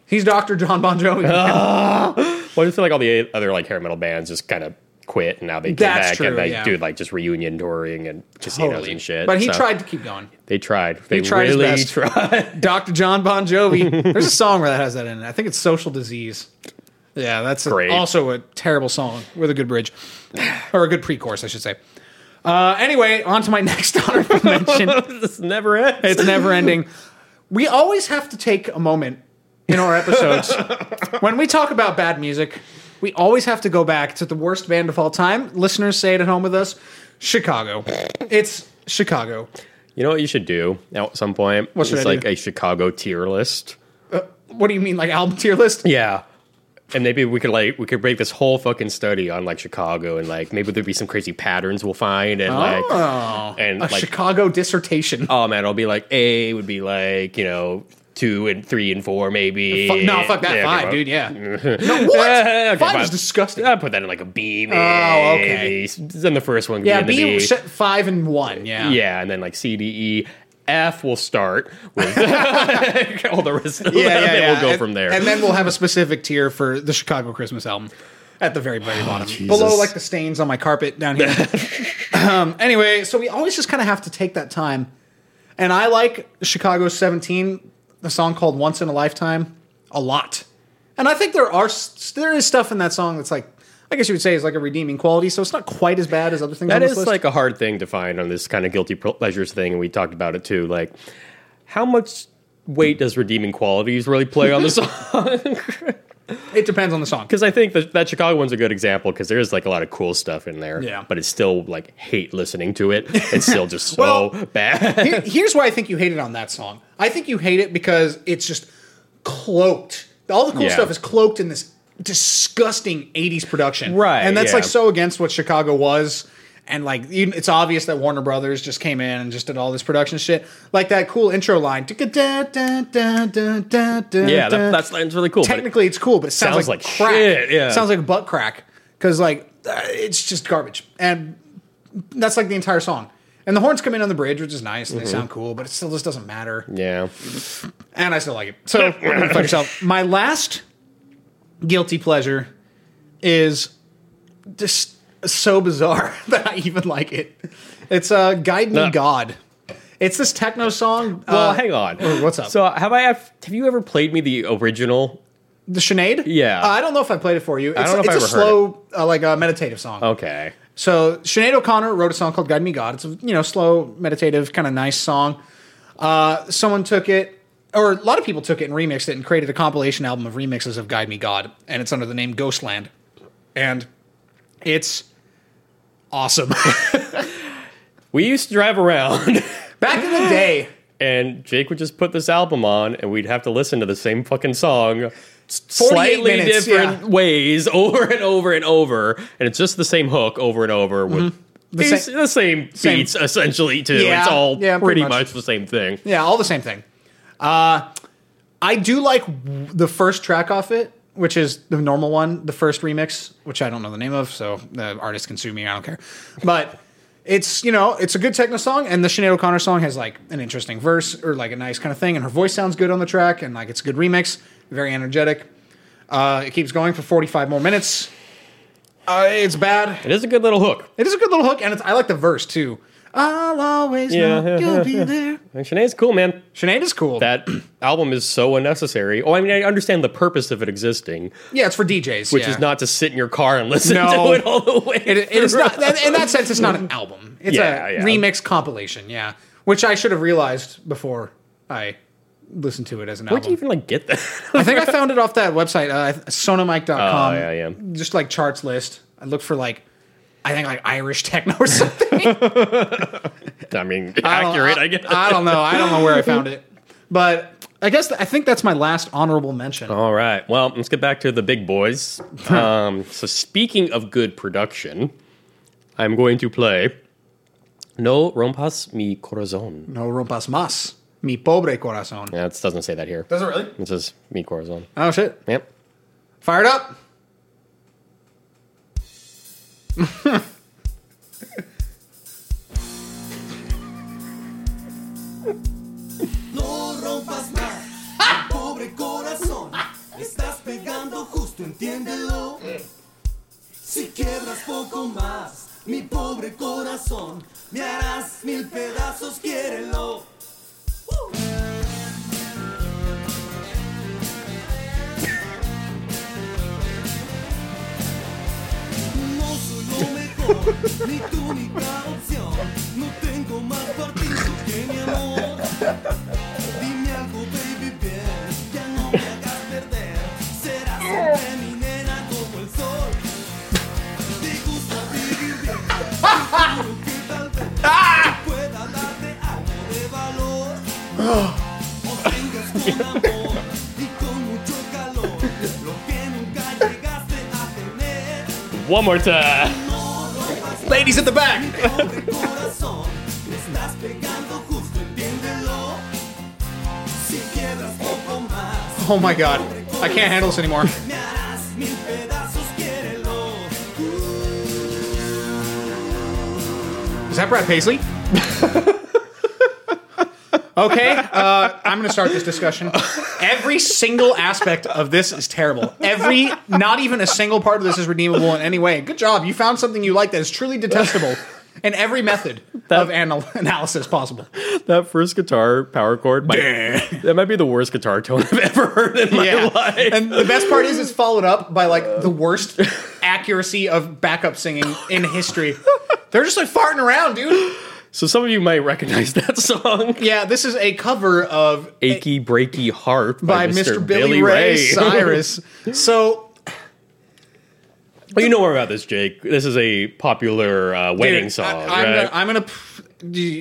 S1: he's Doctor John Bon Jovi.
S2: Oh. Well, I feel like all the other like hair metal bands just kind of quit, and now they came
S1: That's
S2: back
S1: true,
S2: and they
S1: yeah.
S2: do like just reunion touring and casinos and shit.
S1: But he
S2: so
S1: tried to keep going.
S2: They tried. They
S1: tried his
S2: really
S1: best.
S2: tried.
S1: Doctor John Bon Jovi. There's a song where that has that in it. I think it's "Social Disease." Yeah, that's a-
S2: Great.
S1: also a terrible song with a good bridge or a good pre-chorus, I should say. Uh, anyway, on to my next honorable mention.
S2: this never ends.
S1: It's never ending. We always have to take a moment in our episodes when we talk about bad music. We always have to go back to the worst band of all time. Listeners say it at home with us. Chicago. It's Chicago.
S2: you know what you should do at some point?
S1: What should
S2: it's
S1: I
S2: like
S1: do?
S2: a Chicago tier list.
S1: What do you mean, like album tier list?
S2: Yeah. And maybe we could like we could break this whole fucking study on like Chicago and like maybe there'd be some crazy patterns we'll find and
S1: Oh.
S2: like and
S1: A
S2: like
S1: Chicago dissertation.
S2: oh man it'll be like A would be like you know two and three and four maybe
S1: Fu- no, fuck that
S2: Yeah, okay,
S1: five,
S2: well,
S1: dude. Yeah. no, what?
S2: Okay,
S1: five, is
S2: fine.
S1: disgusting.
S2: I put that in like a B maybe.
S1: Oh, okay.
S2: Then the first one could
S1: yeah,
S2: be in the
S1: B
S2: B.
S1: set five and one. Yeah.
S2: Yeah, and then like C D E F will start with all the rest of
S1: Yeah,
S2: them,
S1: yeah,
S2: and
S1: yeah.
S2: we'll go
S1: and,
S2: from there.
S1: And then we'll have a specific tier for the Chicago Christmas album at the very, very bottom. Below, like the stains on my carpet down here. um, anyway, so we always just kind of have to take that time. And I like Chicago 17, a song called Once in a Lifetime, a lot. And I think there are s- there is stuff in that song that's like, I guess you would say is like a redeeming quality. So it's not quite as bad as other things on
S2: That
S1: this
S2: is
S1: list.
S2: like a hard thing to find on this kind of guilty pleasures thing, and we talked about it too. Like, how much weight does redeeming qualities really play on the song?
S1: it depends on the song.
S2: Because I think that, that Chicago one's a good example because there is like a lot of cool stuff in there.
S1: Yeah.
S2: but it's still like hate listening to it. It's still just so
S1: Well-
S2: bad.
S1: Here- here's why I think you hate it on that song. I think you hate it because it's just cloaked. All the cool
S2: Yeah.
S1: stuff is cloaked in this disgusting 80s production.
S2: Right,
S1: And that's
S2: yeah.
S1: like so against what Chicago was. And like, you- it's obvious that Warner Brothers just came in and just did all this production shit. Like that cool intro line. Yeah,
S2: yeah, that, that's that's really cool. but-
S1: Technically, it's cool, but it sounds,
S2: Sounds
S1: like,
S2: like
S1: crack.
S2: shit, yeah.
S1: sounds like butt crack because like uh, it's just garbage, and that's like the entire song. And the horns come in on the bridge, which is nice.
S2: Mm-hmm.
S1: and They sound cool, but it still just doesn't matter.
S2: yeah,
S1: uh, And I still like it. So fuck yourself. My last guilty pleasure is just so bizarre that I even like it. It's uh, "Guide Me,
S2: No.
S1: God." It's this techno song.
S2: Well,
S1: uh,
S2: hang on.
S1: oh, what's up?
S2: So, have I have, have you ever played me the original?
S1: The Sinead?
S2: Yeah.
S1: Uh, I don't know if I played it for you. It's,
S2: don't know if
S1: it's
S2: I
S1: a
S2: ever heard
S1: slow, uh, like a meditative song.
S2: Okay.
S1: So Sinead O'Connor wrote a song called Guide Me God. It's a, you know, slow, meditative, kind of nice song. Uh, someone took it, or a lot of people took it and remixed it and created a compilation album of remixes of Guide Me God. And it's under the name Ghostland. And it's awesome.
S2: We used to drive around
S1: Back in the day,
S2: and Jake would just put this album on and we'd have to listen to the same fucking song s-
S1: 48
S2: slightly
S1: minutes,
S2: different
S1: yeah.
S2: ways over and over and over and it's just the same hook over and over with the,
S1: Mm-hmm. sa-
S2: same, the same,
S1: same-
S2: beats essentially too
S1: Yeah,
S2: it's all
S1: yeah, pretty
S2: pretty much.
S1: much.
S2: the same thing
S1: Yeah, all the same thing. Uh, I do like w- the first track off it, which is the normal one, the first remix, which I don't know the name of, so the artist can sue me. I don't care. But it's you know it's a good techno song, and the Sinead O'Connor song has like an interesting verse or like a nice kind of thing, and her voice sounds good on the track, and like it's a good remix, very energetic. Uh, it keeps going for 45 more minutes. Uh, it's bad.
S2: it is a good little hook
S1: It is a good little hook, and it's, I like the verse too. I'll always
S2: Yeah.
S1: know you'll be there.
S2: and Sinead's cool man
S1: Sinead is cool.
S2: that album is so unnecessary oh I mean I understand the purpose of it existing
S1: Yeah, it's for DJs,
S2: which
S1: yeah.
S2: is not to sit in your car and listen
S1: No.
S2: to it all the way
S1: It, it is not. and In that sense, it's not an album. It's
S2: Yeah,
S1: a
S2: yeah.
S1: remix compilation. Yeah, which I should have realized before I listened to it as an
S2: where'd you
S1: album.
S2: even like get that
S1: I think I found it off that website, uh, sonomike.com.
S2: Oh, yeah, yeah.
S1: Just like charts list. I looked for like, I think like Irish techno or something.
S2: I mean
S1: I don't-
S2: accurate I, guess
S1: I don't know. I don't know where I found it, but I guess I think that's my last honorable mention.
S2: All right. Well, let's get back to the big boys. um, so, speaking of good production, I'm going to play No Rompas Mi Corazon.
S1: No rompas más, mi pobre corazón.
S2: Yeah, it doesn't say that here.
S1: Does it really?
S2: It says Mi Corazon.
S1: Oh shit!
S2: Yep.
S1: Fired up.
S4: No rompas más, mi pobre corazón. Estás pegando justo, entiéndelo. Si quiebras poco más, mi pobre corazón, me harás mil pedazos, quiérelo. No soy lo mejor, ni tu única opción. No tengo más partido que mi amor. Dime algo, baby, bien. Ya no me hagas perder. Serás siempre mi nena como el sol. Te gusta vivir bien. Te juro que tal vez yo pueda darte algo de valor. O tengas con amor y con mucho calor. Lo que nunca llegaste a tener.
S2: One more time.
S4: No rompas
S1: Ladies at the back.
S4: pobre corazón, le estás pegando justo, entiéndelo. Si quiebras poco más,
S1: Oh my god, I can't handle this anymore.
S4: me harás mil pedazos, quiérelo.
S1: Is that Brad Paisley? okay, uh, I'm going to start this discussion. Every single aspect of this is terrible. Every, not even a single part of this is redeemable in any way. Good job. You found something you like that is truly detestable in every method of anal- analysis possible.
S2: That first guitar power chord, might, that might be the worst guitar tone I've ever heard in my life.
S1: And the best part is it's followed up by like the worst accuracy of backup singing in history. They're just like farting around, dude.
S2: so some of you might recognize that song.
S1: Yeah, this is a cover of
S2: Achy Breaky Heart
S1: by
S2: by,
S1: Mr. Billy, Ray, Cyrus. So
S2: well, you know more about this, Jake. This is a popular uh, wedding
S1: dude,
S2: song,
S1: I, am
S2: right?
S1: gonna, I'm gonna p-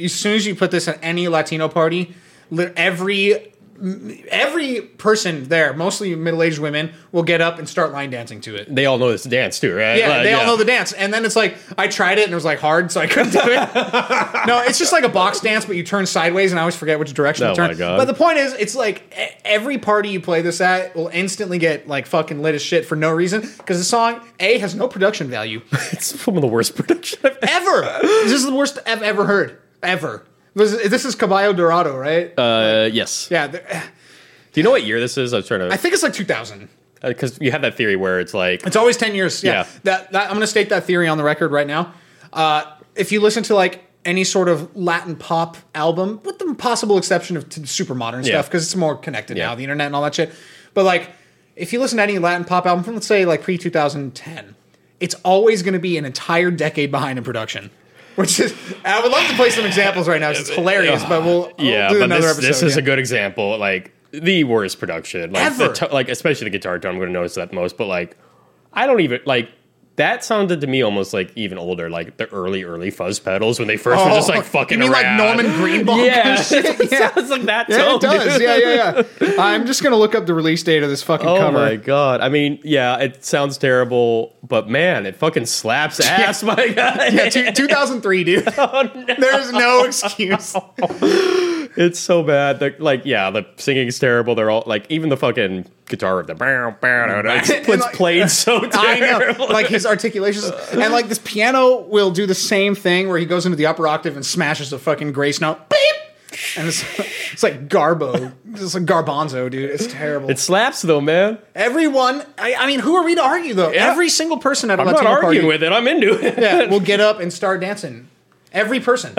S1: d- as soon as you put this at any Latino party, li- every every person there, mostly middle aged women, will get up and start line dancing to it.
S2: they all know this dance too, right?
S1: Yeah,
S2: Like,
S1: they all know the dance, and then it's like I tried it and it was like hard, so I couldn't do it. no, it's just like a box dance, but you turn sideways, and I always forget which direction
S2: Oh
S1: to turn.
S2: my God.
S1: But the point is, it's like e- every party you play this at will instantly get like fucking lit as shit for no reason because the song A has no production value.
S2: It's some of the worst production I've ever.
S1: ever. this is the worst I've ever heard. Ever. This is, this is Caballo Dorado, right?
S2: Uh, yes.
S1: yeah. th-
S2: Do you know what year this is? I was trying
S1: I
S2: to
S1: think it's like 2000.
S2: because you have that theory where it's like
S1: It's always 10 years. Yeah.
S2: Yeah.
S1: That, that I'm going to state that theory on the record right now. Uh, if you listen to like any sort of Latin pop album, with the possible exception of t- super modern
S2: Yeah.
S1: stuff, because it's more connected
S2: Yeah.
S1: now, the internet and all that shit. But like, if you listen to any Latin pop album from, let's say, like pre 2010, it's always going to be an entire decade behind in production. Which is, I would love to play some examples right now. 'cause It's hilarious, but we'll, we'll
S2: yeah,
S1: do
S2: but
S1: another
S2: this,
S1: episode.
S2: this is
S1: yeah.
S2: a good example. Like the worst production, like the
S1: Ever.
S2: to- like especially the guitar tone. I'm going to notice that most, but like I don't even like. That sounded to me almost like even older, like the early, early fuzz pedals when they first were just like fucking
S1: Oh, You mean
S2: around.
S1: like Norman Greenbaum?
S2: Yeah,
S1: kind of shit?
S2: it
S1: yeah.
S2: sounds like that
S1: Yeah,
S2: tone.
S1: it does.
S2: dude.
S1: Yeah, yeah, yeah. I'm just gonna look up the release date of this fucking
S2: Oh
S1: cover.
S2: my god! I mean, yeah, it sounds terrible, but man, it fucking slaps ass, my guy.
S1: Yeah, two, 2003, dude.
S2: Oh,
S1: There's no excuse.
S2: It's so bad. The, like, yeah, the singing is terrible. They're all like, even the fucking guitar of the bow, bow, bow, it's,
S1: And,
S2: it's
S1: like-
S2: played so
S1: I know,
S2: terrible.
S1: like his articulations, and like this piano will do the same thing where he goes into the upper octave and smashes a fucking grace note. Beep, and it's, it's like Garbo, it's like Garbanzo, dude. It's terrible.
S2: it slaps though, man.
S1: Everyone, I, I mean, who are we to argue though?
S2: Yeah.
S1: Every single person at a
S2: I'm
S1: Latino
S2: not arguing
S1: party
S2: with it. I'm into it.
S1: yeah, will get up and start dancing. Every person,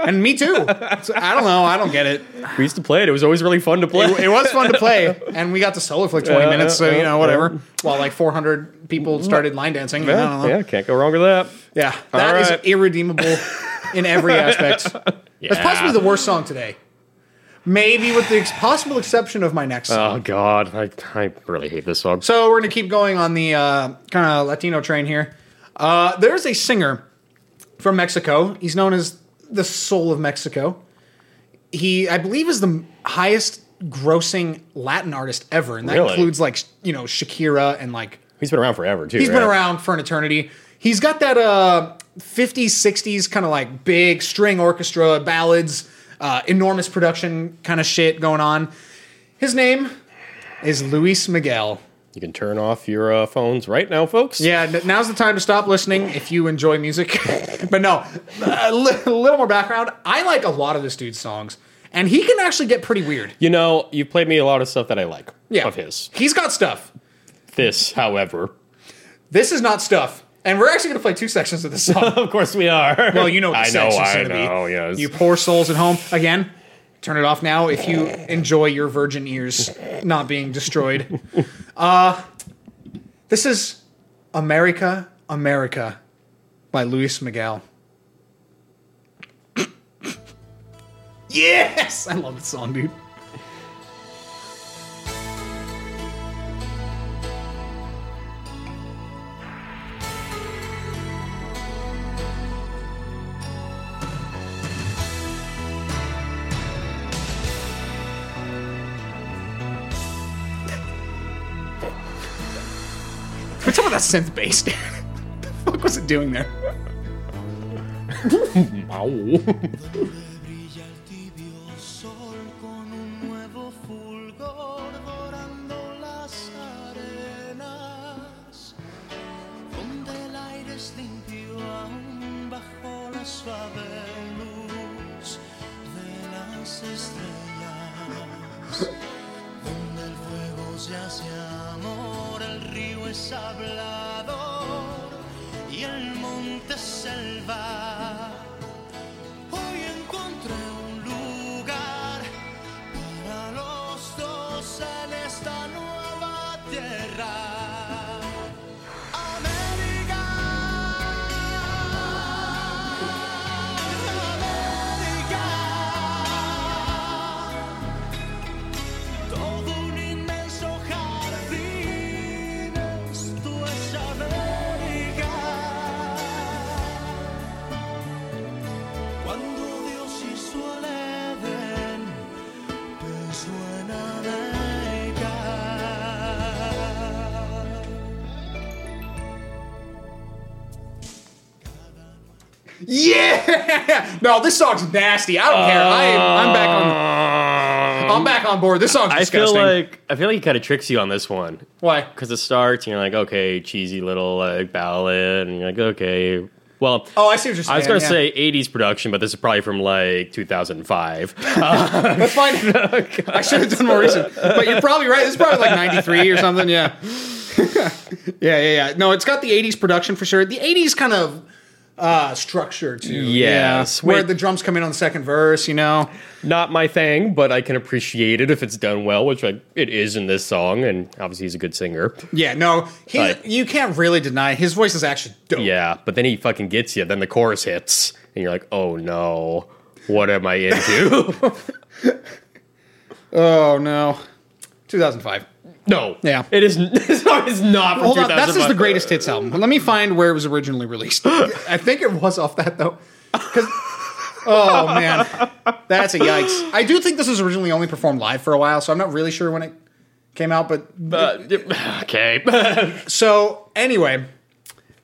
S1: and me too. So, I don't know. I don't get it.
S2: We used to play it. It was always really fun to play.
S1: it, it was fun to play, and we got to solo for like 20
S2: Yeah,
S1: minutes, so
S2: yeah,
S1: you know,
S2: yeah.
S1: whatever. While like 400 people started line dancing. Yeah,
S2: yeah, yeah, can't go wrong with that.
S1: yeah. that is
S2: right.
S1: irredeemable in every aspect. That's possibly the worst song today. Maybe with the ex- possible exception of my next song.
S2: Oh god, I, I really hate this song.
S1: So we're going to keep going on the uh, kind of Latino train here. Uh, there's a singer from Mexico. He's known as the Soul of Mexico. He, I believe, is the highest grossing Latin artist ever, and that
S2: Really?
S1: includes like you know Shakira and like
S2: He's been around forever too.
S1: he's
S2: right?
S1: been around for an eternity. He's got that uh 50s 60s kind of like big string orchestra ballads, uh enormous production kind of shit going on. His name is Luis Miguel.
S2: You can turn off your uh, phones right now, folks.
S1: Yeah, n- now's the time to stop listening if you enjoy music. but no, a li- a little more background. I like a lot of this dude's songs, and he can actually get pretty weird.
S2: You know, you played me a lot of stuff that I like.
S1: Yeah,
S2: Of his.
S1: he's got stuff.
S2: This, however,
S1: This is not stuff, and we're actually gonna play two sections of this song.
S2: of course, we are.
S1: Well, you know what the
S2: I know.
S1: section's
S2: I
S1: gonna be.
S2: know. Yes.
S1: You poor souls at home. Again, turn it off now if you enjoy your virgin ears not being destroyed. Uh, this is America, America by Luis Miguel. yes! I love this song, dude. What's up with that synth bass, dude? the fuck was it doing there?
S4: Brilla el tibio sol con un nuevo fulgor dorando las arenas, donde el aire es limpio aún bajo la suave luz de las estrellas, donde el fuego se hace amor, el río es hablador y el monte es selva. Hoy encontré un lugar para los dos en esta nueva tierra. América, América, todo un inmenso jardín, esto es América. Cuando Dios hizo el Edén, pensó en América.
S1: Yeah! No, this song's nasty. I don't care. I am, I'm back on. I'm back on board. This song's
S2: I feel
S1: disgusting.
S2: like I feel like he kind of tricks you on this one
S1: Why?
S2: because it starts and you're like, okay, cheesy little like ballad, and you're like, okay, well.
S1: Oh, I see what you're saying.
S2: I was gonna
S1: yeah.
S2: say '80s production, but this is probably from like 2005.
S1: That's fine.
S2: Oh,
S1: I should have done more research. But you're probably right. This is probably like 93 or something. Yeah. yeah, yeah, yeah. No, it's got the 80s production for sure. The 80s kind of uh, structure, too.
S2: Yes.
S1: Yeah. Where
S2: Wait.
S1: the drums come in on the second verse, you know?
S2: Not my thing, but I can appreciate it if it's done well, which I, it is in this song. And obviously, he's a good singer.
S1: Yeah, no. He,
S2: Right.
S1: You can't really deny his voice is actually dope.
S2: Yeah, but then he fucking gets you. Then the chorus hits, and you're like, "Oh no, what am I into?"
S1: Oh, no. 2005.
S2: no,
S1: Yeah.
S2: it is. This song is not from
S1: Hold on.
S2: 2000.
S1: That's just the greatest hits album. Let me find where it was originally released. I think it was off that, though. 'Cause- Oh, man. That's a yikes. I do think this was originally only performed live for a while, so I'm not really sure when it came out. But
S2: Uh, okay,
S1: so, anyway,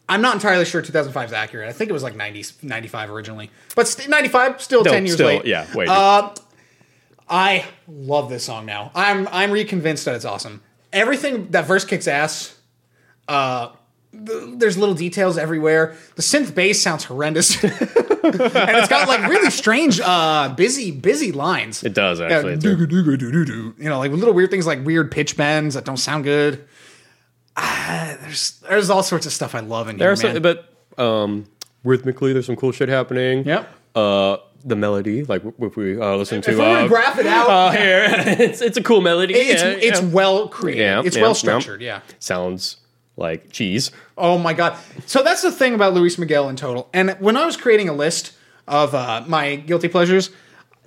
S1: I'm not entirely sure 2005 is accurate. I think it was like 90, 95 originally. But st- 95, still
S2: No,
S1: 10 years
S2: still,
S1: late. Uh,
S2: Yeah, wait.
S1: I love this song now. I'm I'm reconvinced that it's awesome. Everything that verse kicks ass. Uh, th- there's little details everywhere. The synth bass sounds horrendous, and it's got like really strange, uh, busy, busy lines.
S2: it does
S1: Yeah,
S2: actually. It's a-
S1: doo-doo-doo-doo-doo-doo. You know, like little weird things like weird pitch bends that don't sound good. Ah, there's there's all sorts of stuff I love in
S2: there
S1: here,
S2: are some,
S1: Oh, man.
S2: but um, rhythmically, there's some cool shit happening.
S1: Yep.
S2: Uh, the melody, like w- if we uh, listen to
S1: if we were
S2: uh,
S1: to graph it out,
S2: uh, here, it's it's a cool melody.
S1: it's
S2: yeah,
S1: it's
S2: yeah.
S1: well created.
S2: Yeah,
S1: it's
S2: yeah, yeah.
S1: well structured. Yeah.
S2: sounds like cheese.
S1: Oh my god! So that's the thing about Luis Miguel in total. And when I was creating a list of uh, my guilty pleasures,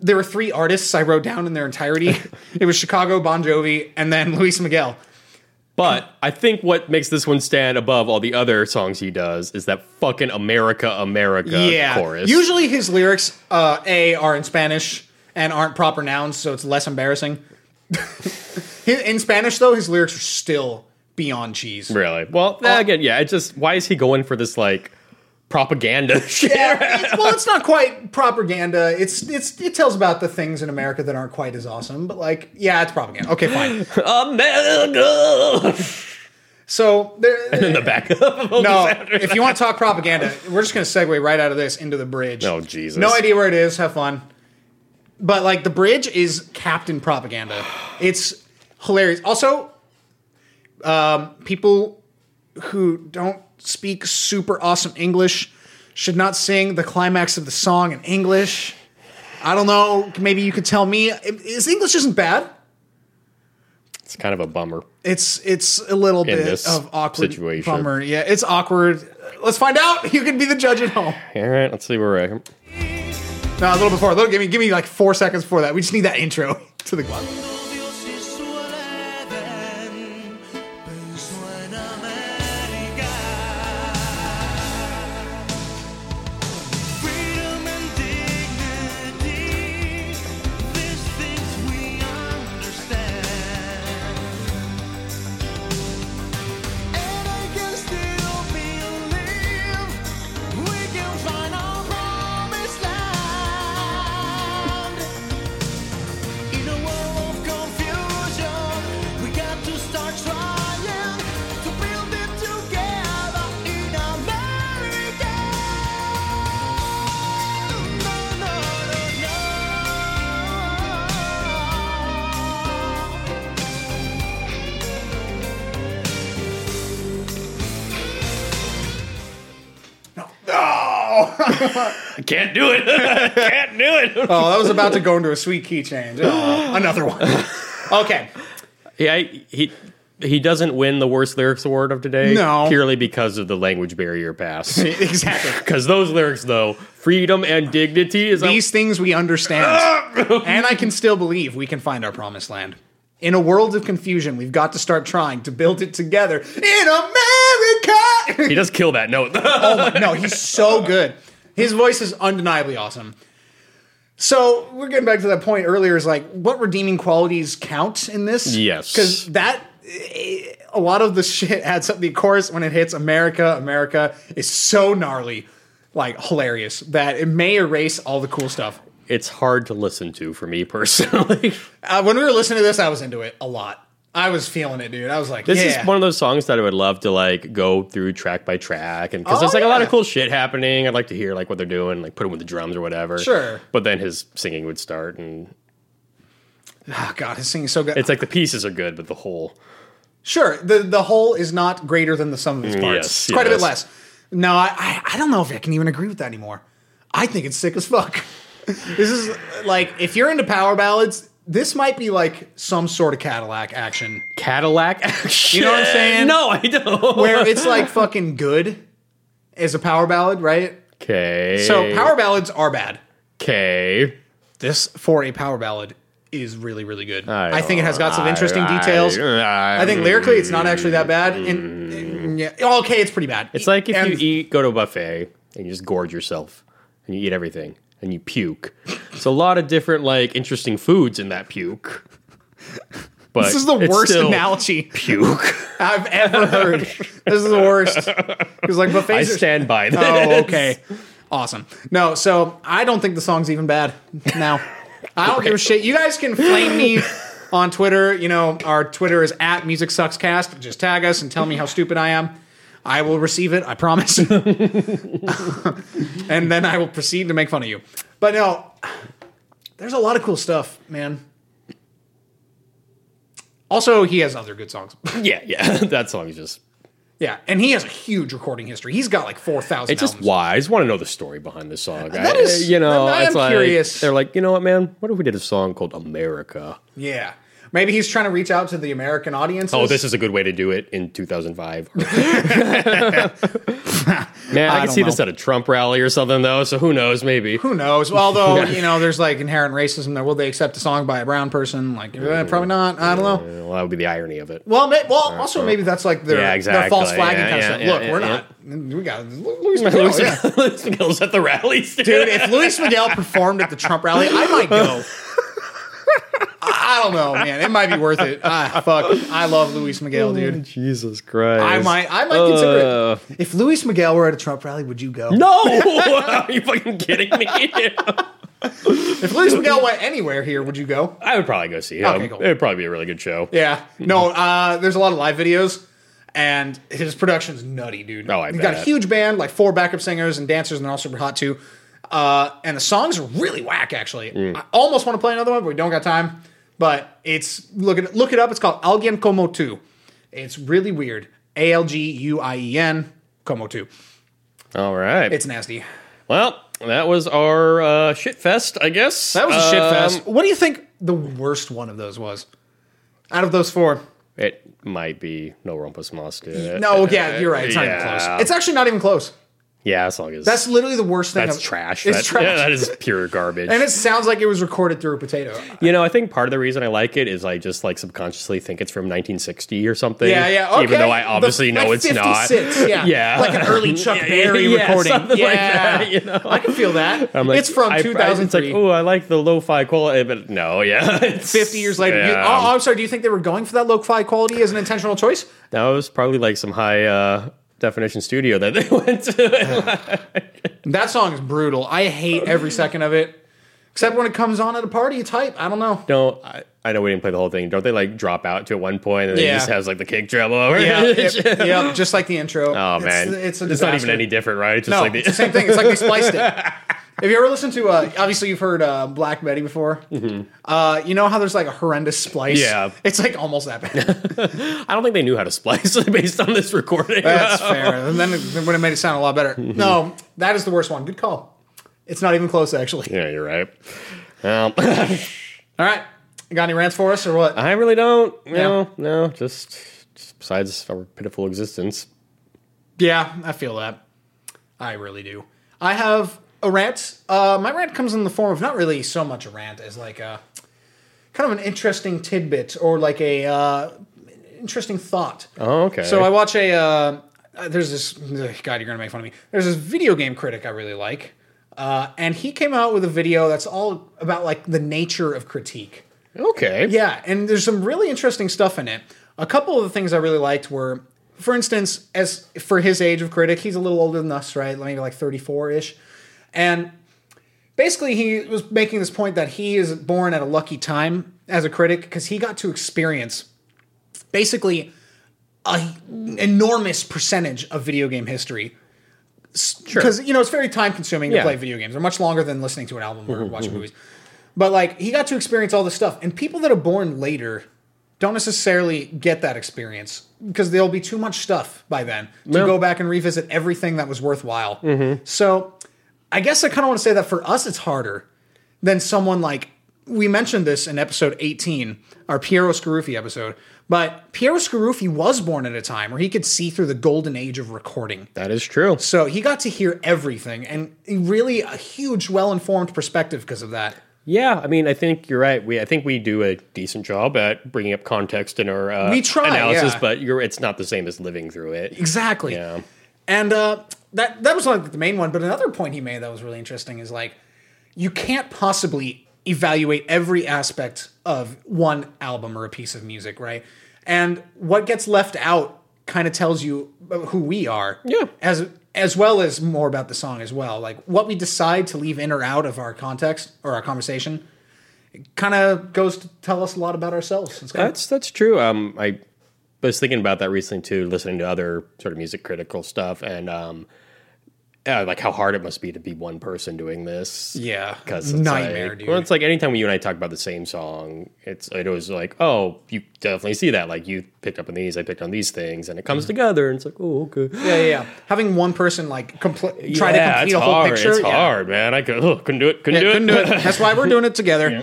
S1: there were three artists I wrote down in their entirety. it was Chicago, Bon Jovi, and then Luis Miguel.
S2: But I think what makes this one stand above all the other songs he does is that fucking America, America
S1: yeah.
S2: chorus.
S1: Usually his lyrics uh, a are in Spanish and aren't proper nouns, so it's less embarrassing. His, in Spanish though, his lyrics are still beyond cheese.
S2: Really? Well, then again, yeah. It's just why is he going for this like propaganda shit?
S1: Yeah, it's- well, it's not quite propaganda. It's it's it tells about the things in America that aren't quite as awesome, but like, yeah, it's propaganda. Okay, fine.
S2: America.
S1: So there,
S2: In the back of
S1: no,
S2: all the sound-
S1: if you want to talk propaganda, we're just going to segue right out of this into the bridge.
S2: Oh, Jesus.
S1: No idea where it is. Have fun. But like the bridge is Captain Propaganda. It's hilarious. Also, um, people who don't speak super awesome English should not sing the climax of the song in English. I don't know. Maybe you could tell me. His English isn't bad.
S2: It's kind of a bummer.
S1: It's it's a little bit
S2: this
S1: of awkward
S2: situation.
S1: bummer. Yeah, it's awkward. Let's find out. You can be the judge at home.
S2: All right, let's see where we're at.
S1: No, a little before. A little, give me give me like four seconds before that. We just need that intro to the glove.
S4: Dios y su Edén pensó en América. Freedom and dignity, these things we understand. And I can still believe we can find our promised land. In a world of confusion, we got to start trying to build it together in America. No, no, no, no.
S2: I can't do it. can't do it.
S1: Oh, that was about to go into a sweet key change. Oh, another one. Okay.
S2: Yeah, I- he he doesn't win the worst lyrics award of today.
S1: No.
S2: purely because of the language barrier pass.
S1: Exactly.
S2: Because those lyrics, though, freedom and dignity is
S1: These things we understand. and I can still believe we can find our promised land. In a world of confusion, we've got to start trying to build it together in America.
S2: he does kill that note.
S1: oh my, no, he's so good. His voice is undeniably awesome. So we're getting back to that point earlier. Is like what redeeming qualities count in this?
S2: Yes.
S1: because that eh, a lot of the shit adds up. The chorus when it hits America, America is so gnarly, like hilarious that it may erase all the cool stuff.
S2: it's hard to listen to for me personally.
S1: Uh, when we were listening to this, I was into it a lot. I was feeling it, dude. I was like,
S2: This
S1: yeah.
S2: is one of those songs that I would love to like go through track by track, and because
S1: Oh,
S2: there's like a lot
S1: yeah.
S2: of cool shit happening. I'd like to hear like what they're doing, like put him with the drums or whatever.
S1: Sure.
S2: But then his singing would start, and
S1: oh god, his singing so good.
S2: it's like the pieces are good, but the whole
S1: Sure, the the whole is not greater than the sum of its parts.
S2: Mm, yes,
S1: It's quite a bit
S2: yes.
S1: less. No, I, I I don't know if I can even agree with that anymore. I think it's sick as fuck. this is like if you're into power ballads, this might be like some sort of Cadillac action
S2: Cadillac action.
S1: You know what I'm saying?
S2: No, I don't.
S1: where it's like fucking good as a power ballad, right?
S2: okay.
S1: So power ballads are bad.
S2: Okay.
S1: This for a power ballad is really really good.
S2: I
S1: I, think it has got some
S2: I-
S1: interesting
S2: I-
S1: details.
S2: I-
S1: I think lyrically it's not actually that bad. And, and yeah, okay, it's pretty bad.
S2: Mm. It's like if
S1: And-
S2: you eat, go to a buffet, and you just gorge yourself, and you eat everything, and you puke. It's a lot of different like interesting foods in that puke. But
S1: This is the
S2: it's
S1: worst
S2: still
S1: analogy
S2: Puke.
S1: I've ever heard. this is the worst. Because like
S2: I
S1: buffets. are-
S2: stand by this.
S1: oh, okay. Awesome. No, so I don't think the song's even bad now. I don't give a shit. You guys can flame me on Twitter. You know, our Twitter is at Music Sucks Cast. Just tag us and tell me how stupid I am. I will receive it, I promise. and then I will proceed to make fun of you. But no, there's a lot of cool stuff, man. Also, he has other good songs.
S2: Yeah, yeah. That song is just.
S1: Yeah, and he has a huge recording history. He's got like four thousand.
S2: It's just
S1: albums.
S2: why. I just want to know the story behind this song.
S1: That
S2: I-
S1: is-
S2: you know,
S1: I am
S2: it's like,
S1: curious.
S2: They're like, you know what, man? What if we did a song called America?
S1: yeah. Maybe he's trying to reach out to the American audience.
S2: Oh, this is a good way to do it in 2005. Man, I,
S1: I
S2: could
S1: don't
S2: see this
S1: know.
S2: at a Trump rally or something, though. So who knows? Maybe.
S1: who knows. Although you know, there's like inherent racism there. Will they accept a song by a brown person? Like eh, probably not. I don't know.
S2: Well, that would be the irony of it.
S1: Well, may, well, also maybe that's like their,
S2: Uh, Yeah,
S1: their
S2: exactly.
S1: false flagging
S2: Yeah,
S1: kind
S2: yeah,
S1: of stuff.
S2: yeah,
S1: Look,
S2: yeah,
S1: we're
S2: yeah.
S1: not. We got Louis
S2: Luis
S1: Miguel. yeah.
S2: Luis Miguel's at the rallies, dude.
S1: Dude, if Luis Miguel performed at the Trump rally, I might go. I, I I don't know, man. It might be worth it. Ah, fuck. I love Luis Miguel, Oh, dude.
S2: Jesus Christ.
S1: I might, I might
S2: Uh.
S1: consider it. If Luis Miguel were at a Trump rally, would you go?
S2: No! Are you fucking kidding me?
S1: If Luis Miguel went anywhere here, would you go?
S2: I would probably go see him.
S1: Okay, cool.
S2: It would probably be a really good show.
S1: Yeah. No, uh, there's a lot of live videos, and his production's nutty, dude.
S2: Oh, I
S1: He's got a
S2: bet.
S1: huge band, like four backup singers and dancers, and they're all super hot too. Uh, and the songs are really whack, actually. I almost want to play another one, but we don't got time. But it's look it look it up. It's called Alguien Como Tú. It's really weird. A L G U I E N Como Tú.
S2: All right.
S1: It's nasty.
S2: well, that was our uh, shit fest, I guess.
S1: That was a shit
S2: Um,
S1: fest. What do you think the worst one of those was? Out of those four,
S2: It might be No Rumpus Mosca.
S1: no, Uh, yeah, you're right. It's not even
S2: Yeah.
S1: close. It's actually not even close.
S2: Yeah, as long as
S1: That's literally the worst thing.
S2: that's
S1: I've-
S2: trash.
S1: It's
S2: That-
S1: trash.
S2: Yeah, that is pure garbage.
S1: and it sounds like it was recorded through a potato.
S2: you know, I think part of the reason I like it is I just like subconsciously think it's from 1960 or something.
S1: Yeah, yeah. Okay.
S2: Even though I
S1: The-
S2: obviously know
S1: like
S2: it's not.
S1: 56, Yeah.
S2: Yeah.
S1: Like an early Chuck
S2: Yeah,
S1: Berry
S2: yeah,
S1: recording.
S2: something like that, you know?
S1: I can feel that.
S2: I'm like,
S1: it's from
S2: I- I-
S1: 2003.
S2: It's like, oh, I like the lo-fi quality, but no, yeah, it's
S1: 50 years later. You-
S2: Yeah.
S1: oh, I'm sorry. Do you think they were going for that lo-fi quality as an intentional choice?
S2: that was probably like some high uh, definition studio that they went to.
S1: That song is brutal. I hate every second of it. Except when it comes on at a party type. I don't know.
S2: no, I, I know we didn't play the whole thing. Don't they like drop out to one point and then
S1: Yeah.
S2: it just has like the kick drum over?
S1: Yeah,
S2: it?
S1: it- yep, just like the intro.
S2: oh
S1: It's-
S2: man,
S1: it's,
S2: it's,
S1: a
S2: not even
S1: disaster.
S2: any different, right? It's just
S1: No,
S2: like the,
S1: it's the same thing. It's like they spliced it. Have you ever listened to? Uh, obviously, you've heard uh, Black Betty before. Uh, you know how there's like a horrendous splice.
S2: Mm-hmm. Yeah.
S1: it's like almost that bad.
S2: I don't think they knew how to splice it based on this recording.
S1: That's fair. And then it, then when it made it sound a lot better.
S2: Mm-hmm.
S1: No, that is the worst one. Good call. It's not even close, actually.
S2: yeah, you're right. Um,
S1: All right, you got any rants for us or what?
S2: I really don't. No,
S1: Yeah.
S2: no, just, just besides our pitiful existence.
S1: Yeah, I feel that. I really do. I have a rant. Uh, my rant comes in the form of not really so much a rant as like a kind of an interesting tidbit or like a uh, interesting thought.
S2: Oh, okay.
S1: So I watch a. Uh, uh, there's this ugh, God, you're gonna make fun of me. There's this video game critic I really like, uh, and he came out with a video that's all about like the nature of critique.
S2: okay.
S1: Yeah, and there's some really interesting stuff in it. A couple of the things I really liked were, for instance, as for his age of critic, he's a little older than us, right? Maybe like 34 ish. And basically, he was making this point that he is born at a lucky time as a critic because he got to experience basically an enormous percentage of video game history. Because, you know, it's very time consuming to
S2: Yeah.
S1: play video games. They're much longer than listening to an album or watching movies. But, like, he got to experience all this stuff. And people that are born later don't necessarily get that experience because there'll be too much stuff by then to
S2: Yeah.
S1: go back and revisit everything that was worthwhile. So, I guess I kind of want to say that for us, it's harder than someone like we mentioned this in episode 18, our Piero Scarufi episode. But Piero Scarufi was born at a time where he could see through the golden age of recording.
S2: That is true.
S1: So he got to hear everything and really a huge, well informed perspective because of that.
S2: Yeah, I mean, I think you're right. We I think we do a decent job at bringing up context in our uh,
S1: We try,
S2: analysis,
S1: yeah.
S2: but you're it's not the same as living through it.
S1: Exactly.
S2: Yeah.
S1: And uh, that that was like the main one. But another point he made that was really interesting is like you can't possibly evaluate every aspect of one album or a piece of music, right? And what gets left out kind of tells you who we are.
S2: Yeah.
S1: As as well as more about the song as well. Like what we decide to leave in or out of our context or our conversation kind of goes to tell us a lot about ourselves. It's kind
S2: That's that's true. Um, I was thinking about that recently too, listening to other sort of music critical stuff, and um, uh, like how hard it must be to be one person doing this.
S1: Yeah.
S2: because
S1: Nightmare,
S2: like,
S1: dude.
S2: Well, it's like anytime you and I talk about the same song, it's it was like, oh, you definitely see that. Like you picked up on these, I picked on these things, and it comes together, and it's like, oh, okay.
S1: yeah, yeah, yeah. Having one person like compl- try to complete
S2: it's
S1: a whole
S2: hard.
S1: picture.
S2: It's
S1: yeah.
S2: hard, man. I could, ugh, couldn't do it. Couldn't
S1: Yeah,
S2: do
S1: couldn't
S2: it.
S1: do it. That's why we're doing it together.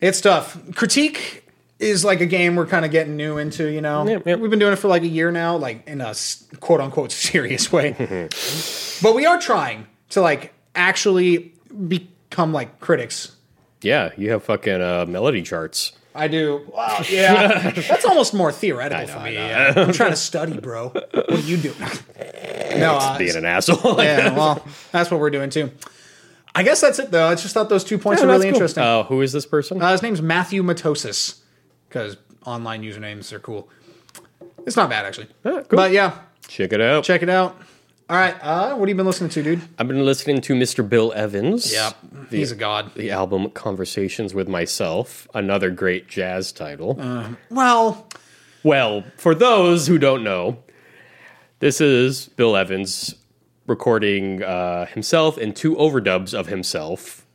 S1: It's tough. Critique is like a game we're kind of getting new into, you know?
S2: Yep, yep.
S1: We've been doing it for like a year now, like in a s- quote unquote serious way. but we are trying to like actually become like critics.
S2: yeah, you have fucking uh, melody charts.
S1: I do. Wow, yeah. That's almost more theoretical
S2: know,
S1: for
S2: I
S1: me.
S2: know.
S1: yeah. I'm trying to study, bro. What do you do? no, uh,
S2: Being an asshole.
S1: yeah, well, that's what we're doing too. I guess that's it, though. I just thought those two points are
S2: that's
S1: really
S2: cool.
S1: interesting.
S2: Oh, who is this person?
S1: Uh, his name's Matthew Matosis because online usernames are cool. It's not bad actually,
S2: cool.
S1: but yeah,
S2: Check it out.
S1: check it out. All right, uh, what have you been listening to, dude?
S2: I've been listening to Mr. Bill Evans.
S1: he's a god.
S2: The album Conversations with Myself, another great jazz title.
S1: Uh-huh. Well,
S2: Well, for those who don't know, this is Bill Evans recording uh, himself and two overdubs of himself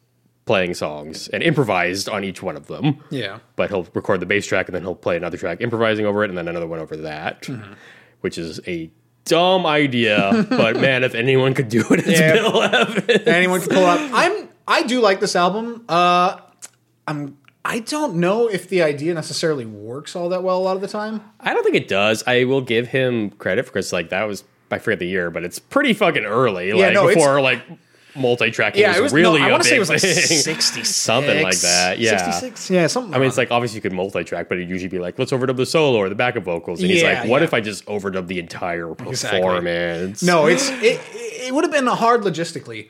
S2: playing songs and improvised on each one of them.
S1: yeah,
S2: But he'll record the bass track and then he'll play another track improvising over it and then another one over that,
S1: Mm-hmm.
S2: which is a dumb idea. but man, if anyone could do it, it's
S1: Yeah.
S2: Bill Evans.
S1: anyone can pull up. I'm I do like this album. Uh, I'm I don't know if the idea necessarily works all that well a lot of the time.
S2: I don't think it does. I will give him credit because like that was I forget the year, but it's pretty fucking early.
S1: Yeah,
S2: like
S1: no, it's-
S2: before like multi-tracking
S1: Yeah,
S2: was,
S1: it was
S2: really.
S1: No, I
S2: I
S1: want to say it was like
S2: thing.
S1: sixty
S2: Something like that, yeah.
S1: sixty six. Yeah, something.
S2: I mean, it's like obviously you could multi-track, but it'd usually be like, let's overdub the solo or the backup vocals. And he's
S1: Yeah,
S2: like, what
S1: yeah.
S2: if I just overdub the entire
S1: Exactly.
S2: performance?
S1: no, it's it. It would have been hard logistically.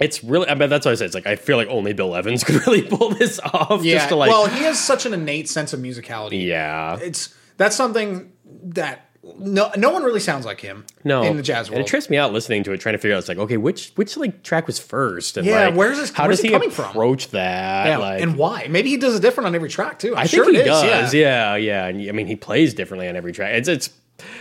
S2: it's really. I mean, that's what I said. It's like I feel like only Bill Evans could really pull this off.
S1: Yeah.
S2: Just to like,
S1: well, he has such an innate sense of musicality.
S2: yeah,
S1: It's that's something that no no one really sounds like him.
S2: no,
S1: in the jazz
S2: And
S1: world.
S2: it trips me out listening to it, trying to figure out. It's like, okay, which which like track was first? And
S1: Yeah,
S2: like,
S1: where's this-
S2: How
S1: where's
S2: does
S1: it
S2: he
S1: coming from?
S2: approach that?
S1: yeah,
S2: like,
S1: and why? Maybe he does it different on every track too. I'm
S2: I
S1: sure
S2: think he
S1: it is,
S2: does. Yeah. yeah, And I mean, he plays differently on every track. It's it's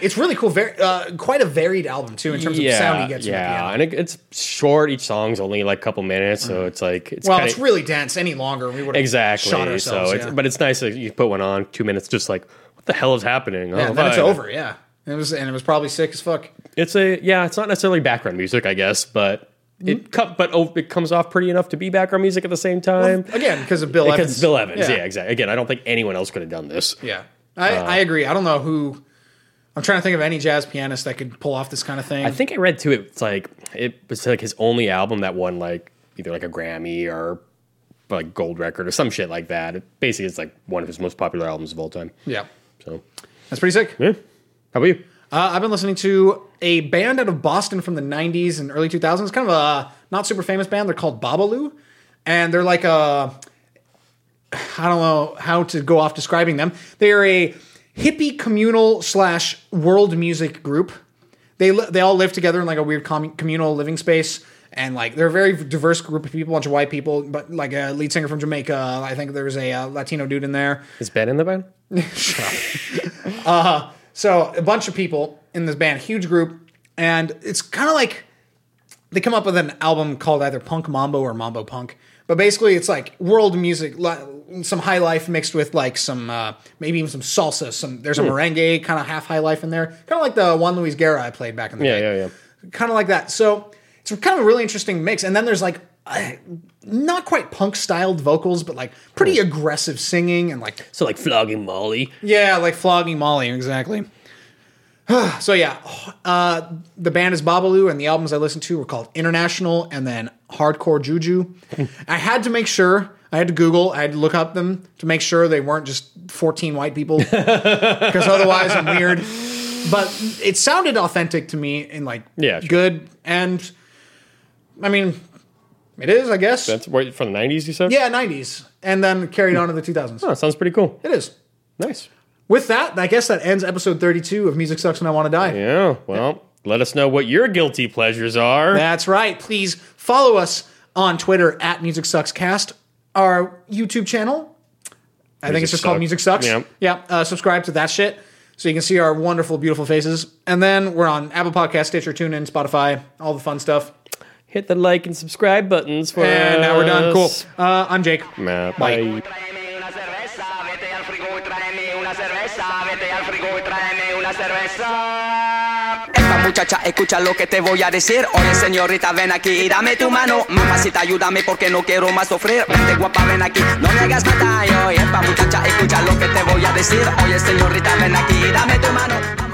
S1: It's really cool. Very uh, quite a varied album too in terms
S2: yeah,
S1: of sound he gets. from the
S2: yeah.
S1: piano. Mm-hmm.
S2: And it, it's short. Each song's only like a couple minutes, so it's like it's
S1: well,
S2: kinda,
S1: it's really dense. Any longer, we would have
S2: exactly.
S1: shot ourselves.
S2: so, it's,
S1: yeah.
S2: but it's nice that you put one on two minutes, just like what the hell is happening?
S1: yeah,
S2: Oh,
S1: and then it's
S2: fine.
S1: over. Yeah, it was and it was probably sick as fuck.
S2: It's a yeah. It's not necessarily background music, I guess, but
S1: Mm-hmm.
S2: it co- but oh, it comes off pretty enough to be background music at the same time.
S1: Again, because of Bill
S2: because
S1: Evans.
S2: Bill Evans, yeah. Uh, exactly. Again, I don't think anyone else could have done this.
S1: Yeah, I, I agree. I don't know who. I'm trying to think of any jazz pianist that could pull off this kind of thing.
S2: I think I read too. It's like it was like his only album that won like either like a Grammy or like gold record or some shit like that. It basically, it's like one of his most popular albums of all time.
S1: yeah,
S2: So,
S1: that's pretty sick.
S2: yeah. How about you?
S1: Uh, I've been listening to a band out of Boston from the 90s and early 2000s, kind of a not super famous band. They're called Babalu. And they're like a, I don't know how to go off describing them. They're a hippie communal slash world music group. They, li- they all live together in like a weird commu- communal living space. And like they're a very diverse group of people, a bunch of white people, but like a lead singer from Jamaica. I think there's a uh, Latino dude in there.
S2: Is Ben in the band?
S1: So a bunch of people in this band, huge group, and it's kind of like they come up with an album called either Punk Mambo or Mambo Punk. But basically, it's like world music, li- some high life mixed with like some uh, maybe even some salsa. Some there's a
S2: Hmm.
S1: merengue kind of half high life in there, kind of like the Juan Luis Guerra I played back in the
S2: Yeah,
S1: day
S2: yeah, yeah.
S1: kind of like that. So it's kind of a really interesting mix. And then there's like uh, not quite punk styled vocals, but like pretty aggressive singing and like
S2: So like flogging Molly.
S1: yeah, like flogging Molly, exactly. so yeah, uh, the band is Babalu, and the albums I listened to were called International and then Hardcore Juju. I had to make sure. I had to Google. I had to look up them to make sure they weren't just 14 white people, because otherwise I'm weird. But it sounded authentic to me and like
S2: Yeah, sure.
S1: good. And I mean, it is, I guess.
S2: That's right from the nineties. You said.
S1: yeah, 90s, and then carried on to the 2000s.
S2: Oh, sounds pretty cool.
S1: It is.
S2: Nice.
S1: With that, I guess that ends episode 32 of Music Sucks and I Want to Die.
S2: Yeah. Well, let us know what your guilty pleasures are.
S1: That's right. Please follow us on Twitter at Music Sucks Cast, our YouTube channel. I think it's just called Music
S2: Music
S1: Sucks.
S2: Sucks.
S1: Yeah. uh, subscribe to that shit so you can see our wonderful, beautiful faces. And then we're on Apple Podcast, Stitcher, TuneIn, Spotify, all the fun stuff.
S2: Hit the like and subscribe buttons for
S1: And now we're done. Cool.
S2: us.
S1: Uh, I'm Jake.
S2: Nah,
S1: Bye.
S2: bye.
S5: Tráeme una cerveza, vete al frigo y tráeme una cerveza, vete al frigo y tráeme una cerveza.
S6: Esta muchacha, escucha lo que te voy a decir. Oye, señorita, ven aquí y dame tu mano. Mamacita, ayúdame porque no quiero más sufrir. Vente guapa, ven aquí, no me hagas batalla. Oye, esta muchacha, escucha lo que te voy a decir. Oye, señorita, ven aquí y dame tu mano.